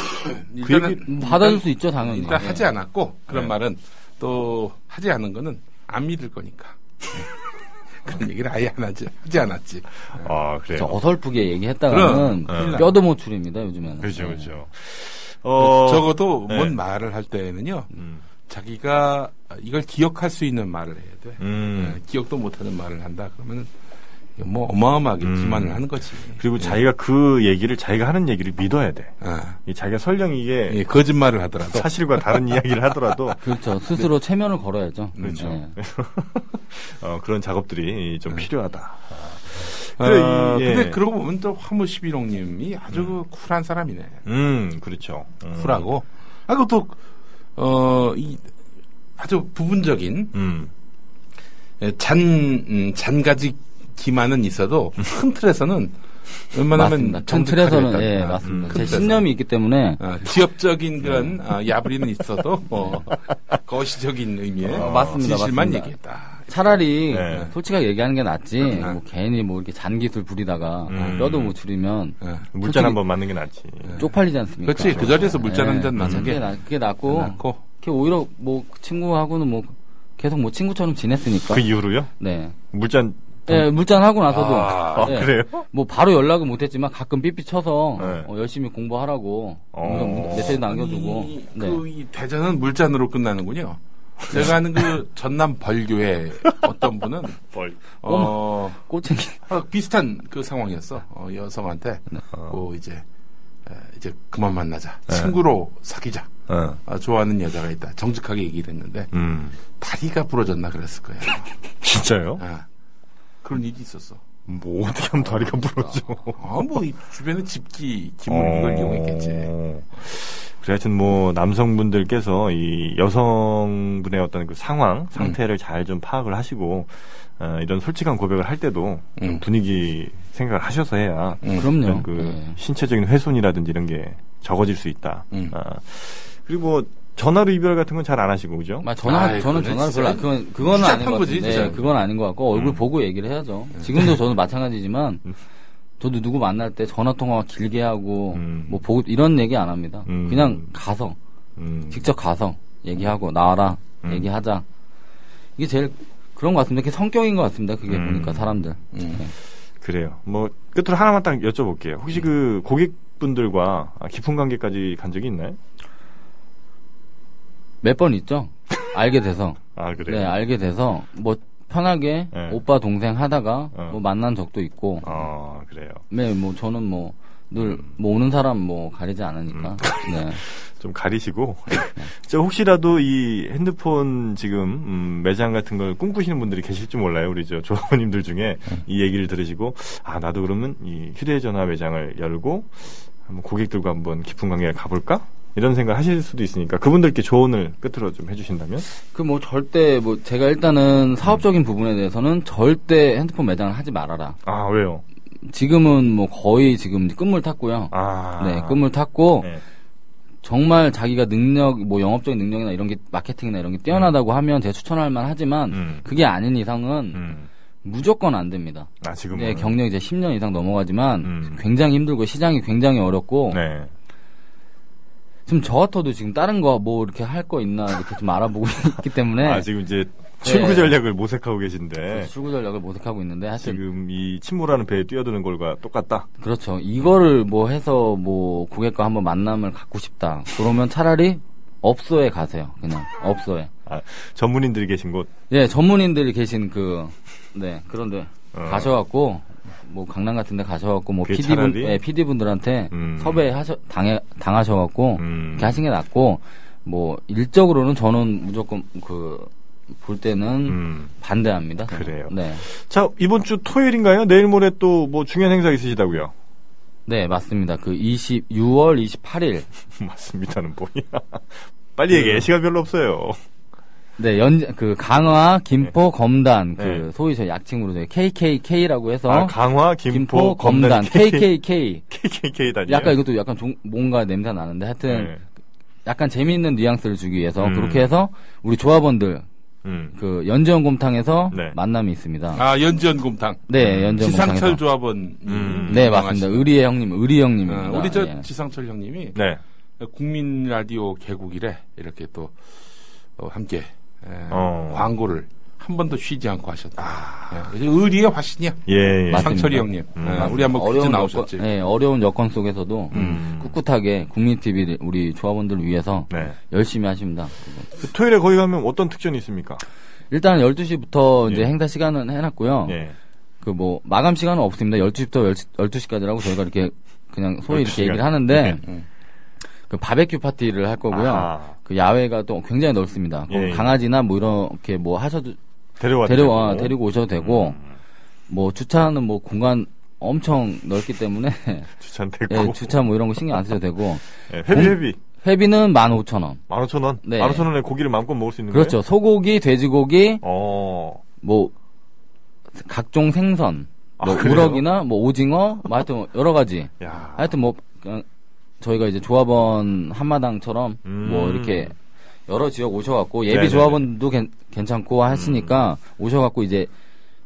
[SPEAKER 4] 일단은
[SPEAKER 2] 그 얘기-
[SPEAKER 3] 음, 받아줄 수 있죠 당연히.
[SPEAKER 4] 그 일단
[SPEAKER 3] 예.
[SPEAKER 4] 하지 않았고 그런
[SPEAKER 2] 네.
[SPEAKER 4] 말은 또 하지 않은 거는 안 믿을
[SPEAKER 2] (laughs)
[SPEAKER 4] 거니까 그런 얘기를 아예 안 하지 하지 않았지.
[SPEAKER 2] 아 그래요.
[SPEAKER 3] 저 어설프게 얘기했다가는
[SPEAKER 4] 그럼, 예.
[SPEAKER 3] 뼈도 못 추립니다 요즘에는.
[SPEAKER 2] 그렇죠, 그죠
[SPEAKER 3] 예.
[SPEAKER 2] 그죠. 어
[SPEAKER 4] 적어도
[SPEAKER 2] 네.
[SPEAKER 4] 뭔 말을 할 때는요
[SPEAKER 2] 음.
[SPEAKER 4] 자기가 이걸 기억할 수 있는 말을 해야 돼.
[SPEAKER 2] 음.
[SPEAKER 4] 예, 기억도 못하는 말을 한다 그러면 뭐 어마어마하게
[SPEAKER 2] 음.
[SPEAKER 4] 기만을 하는 거지.
[SPEAKER 2] 그리고 자기가 그 얘기를 자기가 하는 얘기를 믿어야 돼.
[SPEAKER 4] 아,
[SPEAKER 2] 이 자기가 설령 이게
[SPEAKER 4] 예, 거짓말을 하더라도
[SPEAKER 2] 사실과 다른 (laughs) 이야기를 하더라도
[SPEAKER 3] 그렇죠. 스스로 체면을 걸어야죠.
[SPEAKER 2] 그렇죠.
[SPEAKER 3] 예.
[SPEAKER 2] 어, 그런 작업들이
[SPEAKER 4] 네.
[SPEAKER 2] 좀 필요하다. 그래,
[SPEAKER 4] 그래, 아,
[SPEAKER 2] 이- 예.
[SPEAKER 4] 근데 그러고 보면 또 화무 11홍님이 아주 그 쿨한 사람이네.
[SPEAKER 2] 음, 그렇죠. 음.
[SPEAKER 4] 쿨하고. 아, 그것도, 어, 이, 아주 부분적인,
[SPEAKER 2] 음.
[SPEAKER 4] 예, 잔, 음, 잔가지 기만은 있어도 큰 틀에서는
[SPEAKER 3] 맞습니다.
[SPEAKER 4] 웬만하면
[SPEAKER 3] 큰
[SPEAKER 4] 정직하게
[SPEAKER 3] 틀에서는 예
[SPEAKER 4] 했다.
[SPEAKER 3] 맞습니다.
[SPEAKER 4] 음,
[SPEAKER 3] 제
[SPEAKER 4] 큰 틀에서는.
[SPEAKER 3] 신념이 있기 때문에
[SPEAKER 4] 아, 지엽적인 그런 아, 야부리는 있어도 어, 거시적인 의미의
[SPEAKER 3] 어, 맞습니다,
[SPEAKER 4] 진실만
[SPEAKER 3] 맞습니다.
[SPEAKER 4] 얘기했다.
[SPEAKER 3] 차라리
[SPEAKER 2] 네.
[SPEAKER 3] 솔직하게 얘기하는 게 낫지 뭐 괜히 뭐 이렇게 잔기술 부리다가
[SPEAKER 2] 음.
[SPEAKER 3] 뼈도 못 줄이면
[SPEAKER 4] 예,
[SPEAKER 2] 물잔
[SPEAKER 3] 솔직히-
[SPEAKER 2] 한번 맞는 게 네. 낫지.
[SPEAKER 3] 쪽팔리지 않습니까?
[SPEAKER 4] 그렇지. 그 자리에서 물잔
[SPEAKER 3] 예,
[SPEAKER 4] 한 잔 맞는
[SPEAKER 3] 그게
[SPEAKER 4] 게
[SPEAKER 3] 나- 그게 낫고
[SPEAKER 4] 낫고.
[SPEAKER 3] 걔 오히려 뭐 그 친구하고는 뭐 계속 뭐 친구처럼 지냈으니까.
[SPEAKER 2] 그 이후로요?
[SPEAKER 3] 네.
[SPEAKER 2] 물잔
[SPEAKER 3] 예, 물잔 하고 나서도
[SPEAKER 2] 아,
[SPEAKER 3] 예,
[SPEAKER 2] 그래요?
[SPEAKER 3] 뭐 바로 연락은 못했지만 가끔 삐삐 쳐서
[SPEAKER 2] 네.
[SPEAKER 3] 어, 열심히 공부하라고
[SPEAKER 2] 어.
[SPEAKER 3] 이런 문- 메시지 남겨두고.
[SPEAKER 4] 이,
[SPEAKER 3] 네.
[SPEAKER 4] 그, 이 대전은 물잔으로 끝나는군요. 제가 아는 그 전남 벌교의
[SPEAKER 3] (laughs)
[SPEAKER 4] 어떤 분은
[SPEAKER 2] 벌.
[SPEAKER 4] 어,
[SPEAKER 3] 꼬챙이.
[SPEAKER 4] 아, 비슷한 그 상황이었어. 어, 여성한테
[SPEAKER 3] 네.
[SPEAKER 4] 어, 이제 에, 이제 그만 만나자. 친구로 사귀자.
[SPEAKER 2] 어.
[SPEAKER 4] 아, 좋아하는 여자가 있다. 정직하게 얘기를 했는데
[SPEAKER 2] 음.
[SPEAKER 4] 다리가 부러졌나 그랬을 거예요.
[SPEAKER 2] 진짜요?
[SPEAKER 4] 아, 그런 일이 있었어.
[SPEAKER 2] 뭐 어떻게 하면 다리가 부러져.
[SPEAKER 4] 아, 뭐, 이 주변에 집기, 기물 이걸 이용했겠지. 음.
[SPEAKER 2] 어. 그래, 하여튼 뭐, 남성분들께서 이 여성분의 어떤 그 상황, 상태를 잘 좀 파악을 하시고, 어, 이런 솔직한 고백을 할 때도 좀
[SPEAKER 4] 음.
[SPEAKER 2] 분위기 생각을 하셔서 해야
[SPEAKER 3] 그럼요.
[SPEAKER 4] 네,
[SPEAKER 2] 이런 그
[SPEAKER 3] 예.
[SPEAKER 2] 신체적인 훼손이라든지 이런 게 적어질 수 있다.
[SPEAKER 4] 음.
[SPEAKER 2] 아, 그리고 뭐 전화로 이별 같은 건 잘 안 하시고 그죠?
[SPEAKER 3] 막 전화
[SPEAKER 4] 아이,
[SPEAKER 3] 저는
[SPEAKER 4] 그거는
[SPEAKER 3] 전화를 별로 안-
[SPEAKER 4] 진짜
[SPEAKER 3] 그건 그건
[SPEAKER 4] 시작한
[SPEAKER 3] 아닌 것
[SPEAKER 4] 거지,
[SPEAKER 3] 같아요.
[SPEAKER 4] 진짜. 음.
[SPEAKER 3] 네, 그건 아닌 것 같고 얼굴 보고 얘기를 해야죠. 지금도 저는 마찬가지지만 저도 누구 만날 때 전화 통화 길게 하고
[SPEAKER 2] 음.
[SPEAKER 3] 뭐 보고 이런 얘기 안 합니다.
[SPEAKER 2] 음.
[SPEAKER 3] 그냥 가서
[SPEAKER 2] 음.
[SPEAKER 3] 직접 가서 얘기하고 나와라
[SPEAKER 4] 음.
[SPEAKER 3] 얘기하자 이게 제일 그런 것 같습니다. 그게 성격인 것 같습니다. 그게
[SPEAKER 2] 음.
[SPEAKER 3] 보니까 사람들 네.
[SPEAKER 2] 그래요. 뭐 끝으로 하나만 딱 여쭤볼게요.
[SPEAKER 3] 음.
[SPEAKER 2] 혹시 그 고객분들과 아, 깊은 관계까지 간 적이 있나요?
[SPEAKER 3] 몇 번 있죠. 알게 돼서
[SPEAKER 2] 아
[SPEAKER 3] 네
[SPEAKER 2] (laughs) 그래요.
[SPEAKER 3] 알게 돼서 뭐 편하게
[SPEAKER 2] 네.
[SPEAKER 3] 오빠 동생 하다가
[SPEAKER 2] 어.
[SPEAKER 3] 뭐 만난 적도 있고
[SPEAKER 2] 아 그래요.
[SPEAKER 3] 네, 뭐 저는 뭐. 늘,
[SPEAKER 2] 음.
[SPEAKER 3] 뭐, 오는 사람, 뭐, 가리지 않으니까.
[SPEAKER 2] (laughs)
[SPEAKER 3] 네.
[SPEAKER 2] 좀 가리시고 (laughs) 저 혹시라도 이 핸드폰 지금 음, 매장 같은 걸 꿈꾸시는 분들이 계실지 몰라요 우리 저 조합원님들 중에 이 얘기를 들으시고 아 나도 그러면 이 휴대전화 매장을 열고 한번 고객들과 한번 깊은 관계를 가볼까 이런 생각 을 하실 수도 있으니까 그분들께 조언을 끝으로 좀 해주신다면
[SPEAKER 3] 그 뭐, 절대, 뭐, 제가 일단은 사업적인 부분에 대해서는 절대 핸드폰 매장을 하지 말아라.
[SPEAKER 2] 아 왜요
[SPEAKER 3] 지금은 뭐, 거의 지금 끝물 탔고요.
[SPEAKER 2] 아
[SPEAKER 3] 네, 끝물 탔고,
[SPEAKER 2] 네.
[SPEAKER 3] 정말 자기가 능력, 뭐, 영업적인 능력이나 이런 게, 마케팅이나 이런 게 뛰어나다고 하면 제가 추천할 만 하지만,
[SPEAKER 2] 음.
[SPEAKER 3] 그게 아닌 이상은
[SPEAKER 2] 음.
[SPEAKER 3] 무조건 안 됩니다.
[SPEAKER 2] 아 지금
[SPEAKER 3] 네, 경력이 이제 10년 이상 넘어가지만,
[SPEAKER 2] 음.
[SPEAKER 3] 굉장히 힘들고, 시장이 굉장히 어렵고,
[SPEAKER 2] 네.
[SPEAKER 3] 지금 저 같아도 지금 다른 거 뭐 이렇게 할 거 있나 이렇게 좀 알아보고 (laughs) 있기 때문에
[SPEAKER 2] 아 지금 이제 출구
[SPEAKER 3] 네.
[SPEAKER 2] 전략을 모색하고 계신데
[SPEAKER 3] 출구 전략을 모색하고 있는데 하여튼
[SPEAKER 2] 지금 이 침몰하는 배에 뛰어드는 걸과 똑같다
[SPEAKER 3] 그렇죠 이거를 뭐 해서 뭐 고객과 한번 만남을 갖고 싶다 그러면 차라리 업소에 가세요 그냥 업소에
[SPEAKER 2] 아, 전문인들이 계신 곳
[SPEAKER 3] 예 전문인들이 계신 그 네 그런데 가셔갖고 뭐 강남 같은데 가셔갖고 뭐
[SPEAKER 2] 어. 그게
[SPEAKER 3] PD 분
[SPEAKER 2] 차라리?
[SPEAKER 3] 예, PD 분들한테
[SPEAKER 2] 음.
[SPEAKER 3] 섭외 하셔 당해 당하셔갖고
[SPEAKER 2] 음.
[SPEAKER 3] 그렇게 하신 게 낫고 뭐 일적으로는 저는 무조건 그 볼 때는
[SPEAKER 2] 음.
[SPEAKER 3] 반대합니다. 저는.
[SPEAKER 2] 그래요.
[SPEAKER 3] 네.
[SPEAKER 2] 자, 이번 주 토요일인가요? 내일 모레 또 뭐 중요한 행사 있으시다고요? (laughs)
[SPEAKER 3] 네, 맞습니다. 그 20, 6월 28일.
[SPEAKER 2] 맞습니다는 뭐야. (laughs) 빨리 얘기해. 시간 별로 없어요.
[SPEAKER 3] 네, 연, 그, 강화, 김포, 검단, 그,
[SPEAKER 2] 네.
[SPEAKER 3] 소위 저 약칭으로 저희 KKK라고 해서.
[SPEAKER 2] 아, 강화, 김포, 검단,
[SPEAKER 3] KKK.
[SPEAKER 2] KKK 단이요.
[SPEAKER 3] 약간 이것도 약간 종- 뭔가 냄새 나는데 하여튼
[SPEAKER 2] 네.
[SPEAKER 3] 약간 재미있는 뉘앙스를 주기 위해서
[SPEAKER 2] 음.
[SPEAKER 3] 그렇게 해서 우리 조합원들
[SPEAKER 2] 음.
[SPEAKER 3] 그 연지연곰탕에서
[SPEAKER 2] 네.
[SPEAKER 3] 만남이 있습니다.
[SPEAKER 4] 아, 연지연곰탕.
[SPEAKER 3] 네, 연지연곰탕.
[SPEAKER 4] 지상철 조합원.
[SPEAKER 2] 음.
[SPEAKER 3] 네, 맞습니다. 의리의 형님, 의리
[SPEAKER 4] 어,
[SPEAKER 3] 형님입니다.
[SPEAKER 4] 우리 저
[SPEAKER 3] 예.
[SPEAKER 4] 지상철 형님이
[SPEAKER 2] 네.
[SPEAKER 4] 국민 라디오 개국일에 이렇게 또 어, 함께 예,
[SPEAKER 2] 어.
[SPEAKER 4] 광고를 한 번도 쉬지 않고 하셨다. 예, 의리의 화신이야.
[SPEAKER 2] 예, 예.
[SPEAKER 3] 맞-
[SPEAKER 4] 지상철
[SPEAKER 3] 아. 네. 맞습니다. 음.
[SPEAKER 4] 형님. 예, 우리 한번 퀴즈 나오셨지. 음.
[SPEAKER 3] 여건, 네, 어려운 여건 속에서도 꿋꿋하게 국민 TV 우리 조합원들 을 위해서
[SPEAKER 2] 네.
[SPEAKER 3] 열심히 하십니다.
[SPEAKER 2] 그 토요일에 거기 가면 어떤 특전이 있습니까?
[SPEAKER 3] 일단 12시부터 이제
[SPEAKER 2] 예.
[SPEAKER 3] 행사 시간은 해놨고요.
[SPEAKER 2] 예.
[SPEAKER 3] 그 뭐 마감 시간은 없습니다. 12시부터 12시, 까지라고 저희가 이렇게 그냥 소위 이렇게
[SPEAKER 2] 12시간. 네.
[SPEAKER 3] 얘기를 하는데
[SPEAKER 4] 음.
[SPEAKER 3] 그 바베큐 파티를 할 거고요.
[SPEAKER 2] 아하.
[SPEAKER 3] 그 야외가 또 굉장히 넓습니다.
[SPEAKER 2] 예,
[SPEAKER 3] 그럼
[SPEAKER 2] 예.
[SPEAKER 3] 강아지나 뭐 이렇게 뭐 하셔도
[SPEAKER 2] 데려와.
[SPEAKER 3] 데려와 데리고 오셔도 되고
[SPEAKER 2] 음.
[SPEAKER 3] 뭐 주차하는 뭐 공간 엄청 넓기
[SPEAKER 2] (laughs)
[SPEAKER 3] 때문에
[SPEAKER 2] 주차는 되고.
[SPEAKER 3] 예, 주차 뭐 이런 거 신경 안 쓰셔도 되고
[SPEAKER 2] 예, 회비, 회비.
[SPEAKER 3] 회비는 15,000원.
[SPEAKER 2] 15,000원.
[SPEAKER 3] 네.
[SPEAKER 2] 15,000원에 고기를 마음껏 먹을 수 있는 거예요?
[SPEAKER 3] 그렇죠. 소고기, 돼지고기,
[SPEAKER 2] 어.
[SPEAKER 3] 뭐 각종 생선,
[SPEAKER 2] 아,
[SPEAKER 3] 뭐
[SPEAKER 2] 그래요?
[SPEAKER 3] 우럭이나 뭐 오징어, 뭐 하여튼 뭐 여러 가지.
[SPEAKER 2] 야.
[SPEAKER 3] 어, 하여튼 뭐 그냥 저희가 이제 조합원 한마당처럼
[SPEAKER 2] 음.
[SPEAKER 3] 뭐 이렇게 여러 지역 오셔갖고 예비
[SPEAKER 2] 네네네. 음.
[SPEAKER 3] 조합원도 괜, 괜찮고 하시니까 오셔갖고 이제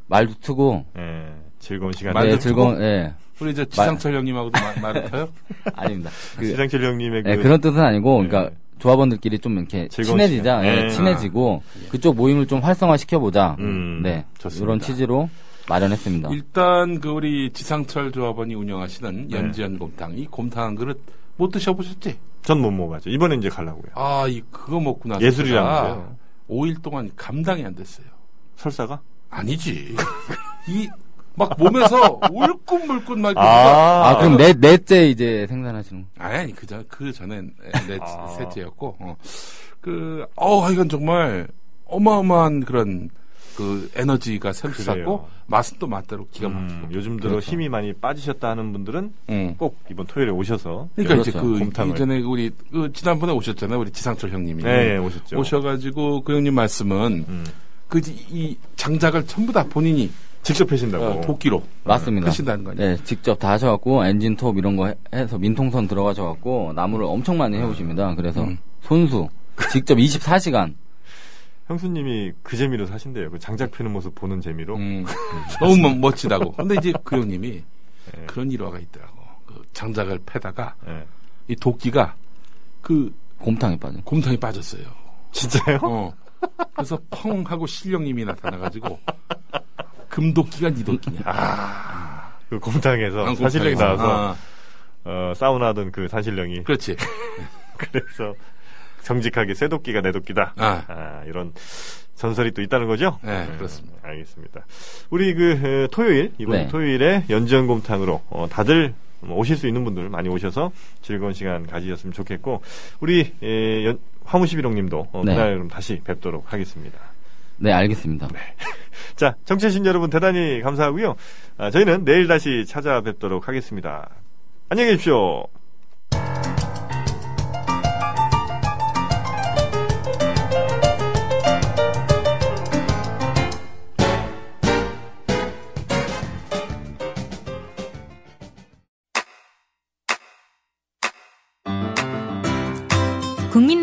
[SPEAKER 3] 말도 트고
[SPEAKER 2] 예, 즐거운 시간.
[SPEAKER 4] 말도
[SPEAKER 3] 네,
[SPEAKER 4] 트고?
[SPEAKER 2] (laughs)
[SPEAKER 3] 즐거운 예
[SPEAKER 4] 우리 저 지상철 형님하고도 마- 말을 터요?
[SPEAKER 3] 아닙니다. 그,
[SPEAKER 2] 시장철 형님의
[SPEAKER 4] 네,
[SPEAKER 3] 예,
[SPEAKER 2] 그
[SPEAKER 3] 그런 뜻은 아니고 그러니까
[SPEAKER 2] 네.
[SPEAKER 3] 조합원들끼리 좀 이렇게
[SPEAKER 2] 즐거운
[SPEAKER 3] 친해지자
[SPEAKER 2] 시간.
[SPEAKER 3] 예,
[SPEAKER 2] 네.
[SPEAKER 3] 친해지고 그쪽 모임을 좀 활성화 시켜보자
[SPEAKER 2] 음,
[SPEAKER 3] 네
[SPEAKER 2] 좋습니다.
[SPEAKER 3] 이런 취지로 마련했습니다.
[SPEAKER 4] 일단 그 우리 지상철 조합원이 운영하시는
[SPEAKER 3] 네.
[SPEAKER 4] 연지연 곰탕 이 곰탕 한 그릇 못 드셔보셨지?
[SPEAKER 2] 전 못 먹어가죠. 이번에 이제 가려고요.
[SPEAKER 4] 아, 이 그거 먹고 나서
[SPEAKER 2] 예술이라는
[SPEAKER 4] 제가
[SPEAKER 2] 거예요.
[SPEAKER 4] 5일 동안 감당이 안 됐어요.
[SPEAKER 2] 설사가?
[SPEAKER 4] 아니지. (laughs) 이 막 몸에서 울긋불긋 막
[SPEAKER 3] 아, 그럼 넷, 넷째 이제 생산하시는
[SPEAKER 4] 아니, 아니, 그 전, 그 전엔, 내
[SPEAKER 2] 아.
[SPEAKER 4] 셋째였고, 어. 그, 어, 하여간 정말 어마어마한 그런, 그, 에너지가 샘솟았고,
[SPEAKER 2] 그래요.
[SPEAKER 4] 맛은 또 맛대로 기가 막히고.
[SPEAKER 2] 음, 요즘 들어
[SPEAKER 3] 그렇죠.
[SPEAKER 2] 힘이 많이 빠지셨다 하는 분들은
[SPEAKER 4] 응.
[SPEAKER 2] 꼭 이번 토요일에 오셔서
[SPEAKER 4] 그러니까 이제
[SPEAKER 3] 그렇죠.
[SPEAKER 4] 그,
[SPEAKER 2] 곰탕을.
[SPEAKER 4] 이전에 우리, 그, 지난번에 오셨잖아요. 우리 지상철 형님이.
[SPEAKER 2] 네, 오셨죠.
[SPEAKER 4] 오셔가지고, 그 형님 말씀은,
[SPEAKER 2] 음,
[SPEAKER 4] 그, 이- 이 장작을 전부 다 본인이
[SPEAKER 2] 직접 해신다고. 음.
[SPEAKER 4] 어, 도끼로
[SPEAKER 3] 맞습니다.
[SPEAKER 4] 하신다는 거아니에요
[SPEAKER 3] 네, 직접 다 하셔갖고 엔진톱 이런 거 해- 해서 민통선 들어가셔갖고 나무를 엄청 많이 해오십니다. 그래서
[SPEAKER 4] 음.
[SPEAKER 3] 손수 직접 24시간
[SPEAKER 2] 형수님이 그 재미로 사신대요. 그 장작 피는 모습 보는 재미로.
[SPEAKER 4] 음,
[SPEAKER 2] 네.
[SPEAKER 4] 너무 멋- 멋지다고. 근데 이제 그 형님이
[SPEAKER 2] 예.
[SPEAKER 4] 그런 일화가 있더라고. 그 장작을 패다가
[SPEAKER 2] 예.
[SPEAKER 4] 이 도끼가 그
[SPEAKER 3] 곰탕에 빠져.
[SPEAKER 4] 곰탕에 빠졌어요.
[SPEAKER 2] 진짜요?
[SPEAKER 4] 어. 그래서 펑 하고 실령님이 나타나가지고 금도끼가 니 도끼냐.
[SPEAKER 2] 그 곰탕에서
[SPEAKER 4] 난
[SPEAKER 2] 아, 사실령이
[SPEAKER 4] 아, 곰탕에서.
[SPEAKER 2] 나와서
[SPEAKER 4] 아,
[SPEAKER 2] 어, 사우나하던 그 사실령이 (laughs)
[SPEAKER 4] 그렇지.
[SPEAKER 2] 그래서 정직하게 쇠 도끼가 내 도끼다.
[SPEAKER 4] 아.
[SPEAKER 2] 아, 이런 전설이 또 있다는 거죠?
[SPEAKER 4] 네,
[SPEAKER 2] 음,
[SPEAKER 4] 그렇습니다.
[SPEAKER 2] 알겠습니다. 우리 그 에, 토요일 이번
[SPEAKER 3] 네.
[SPEAKER 2] 토요일에 연지연곰탕으로 어, 다들 뭐 오실 수 있는 분들 많이 오셔서 즐거운 시간 가지셨으면 좋겠고 우리 에, 연, 화무시비롱님도 어,
[SPEAKER 3] 네.
[SPEAKER 2] 그날 그럼 다시 뵙도록 하겠습니다.
[SPEAKER 3] 네, 알겠습니다.
[SPEAKER 2] 자, 정치신 여러분 대단히 감사하고요. 아, 저희는 내일 다시 찾아뵙도록 하겠습니다. 안녕히 계십시오.
[SPEAKER 5] 국민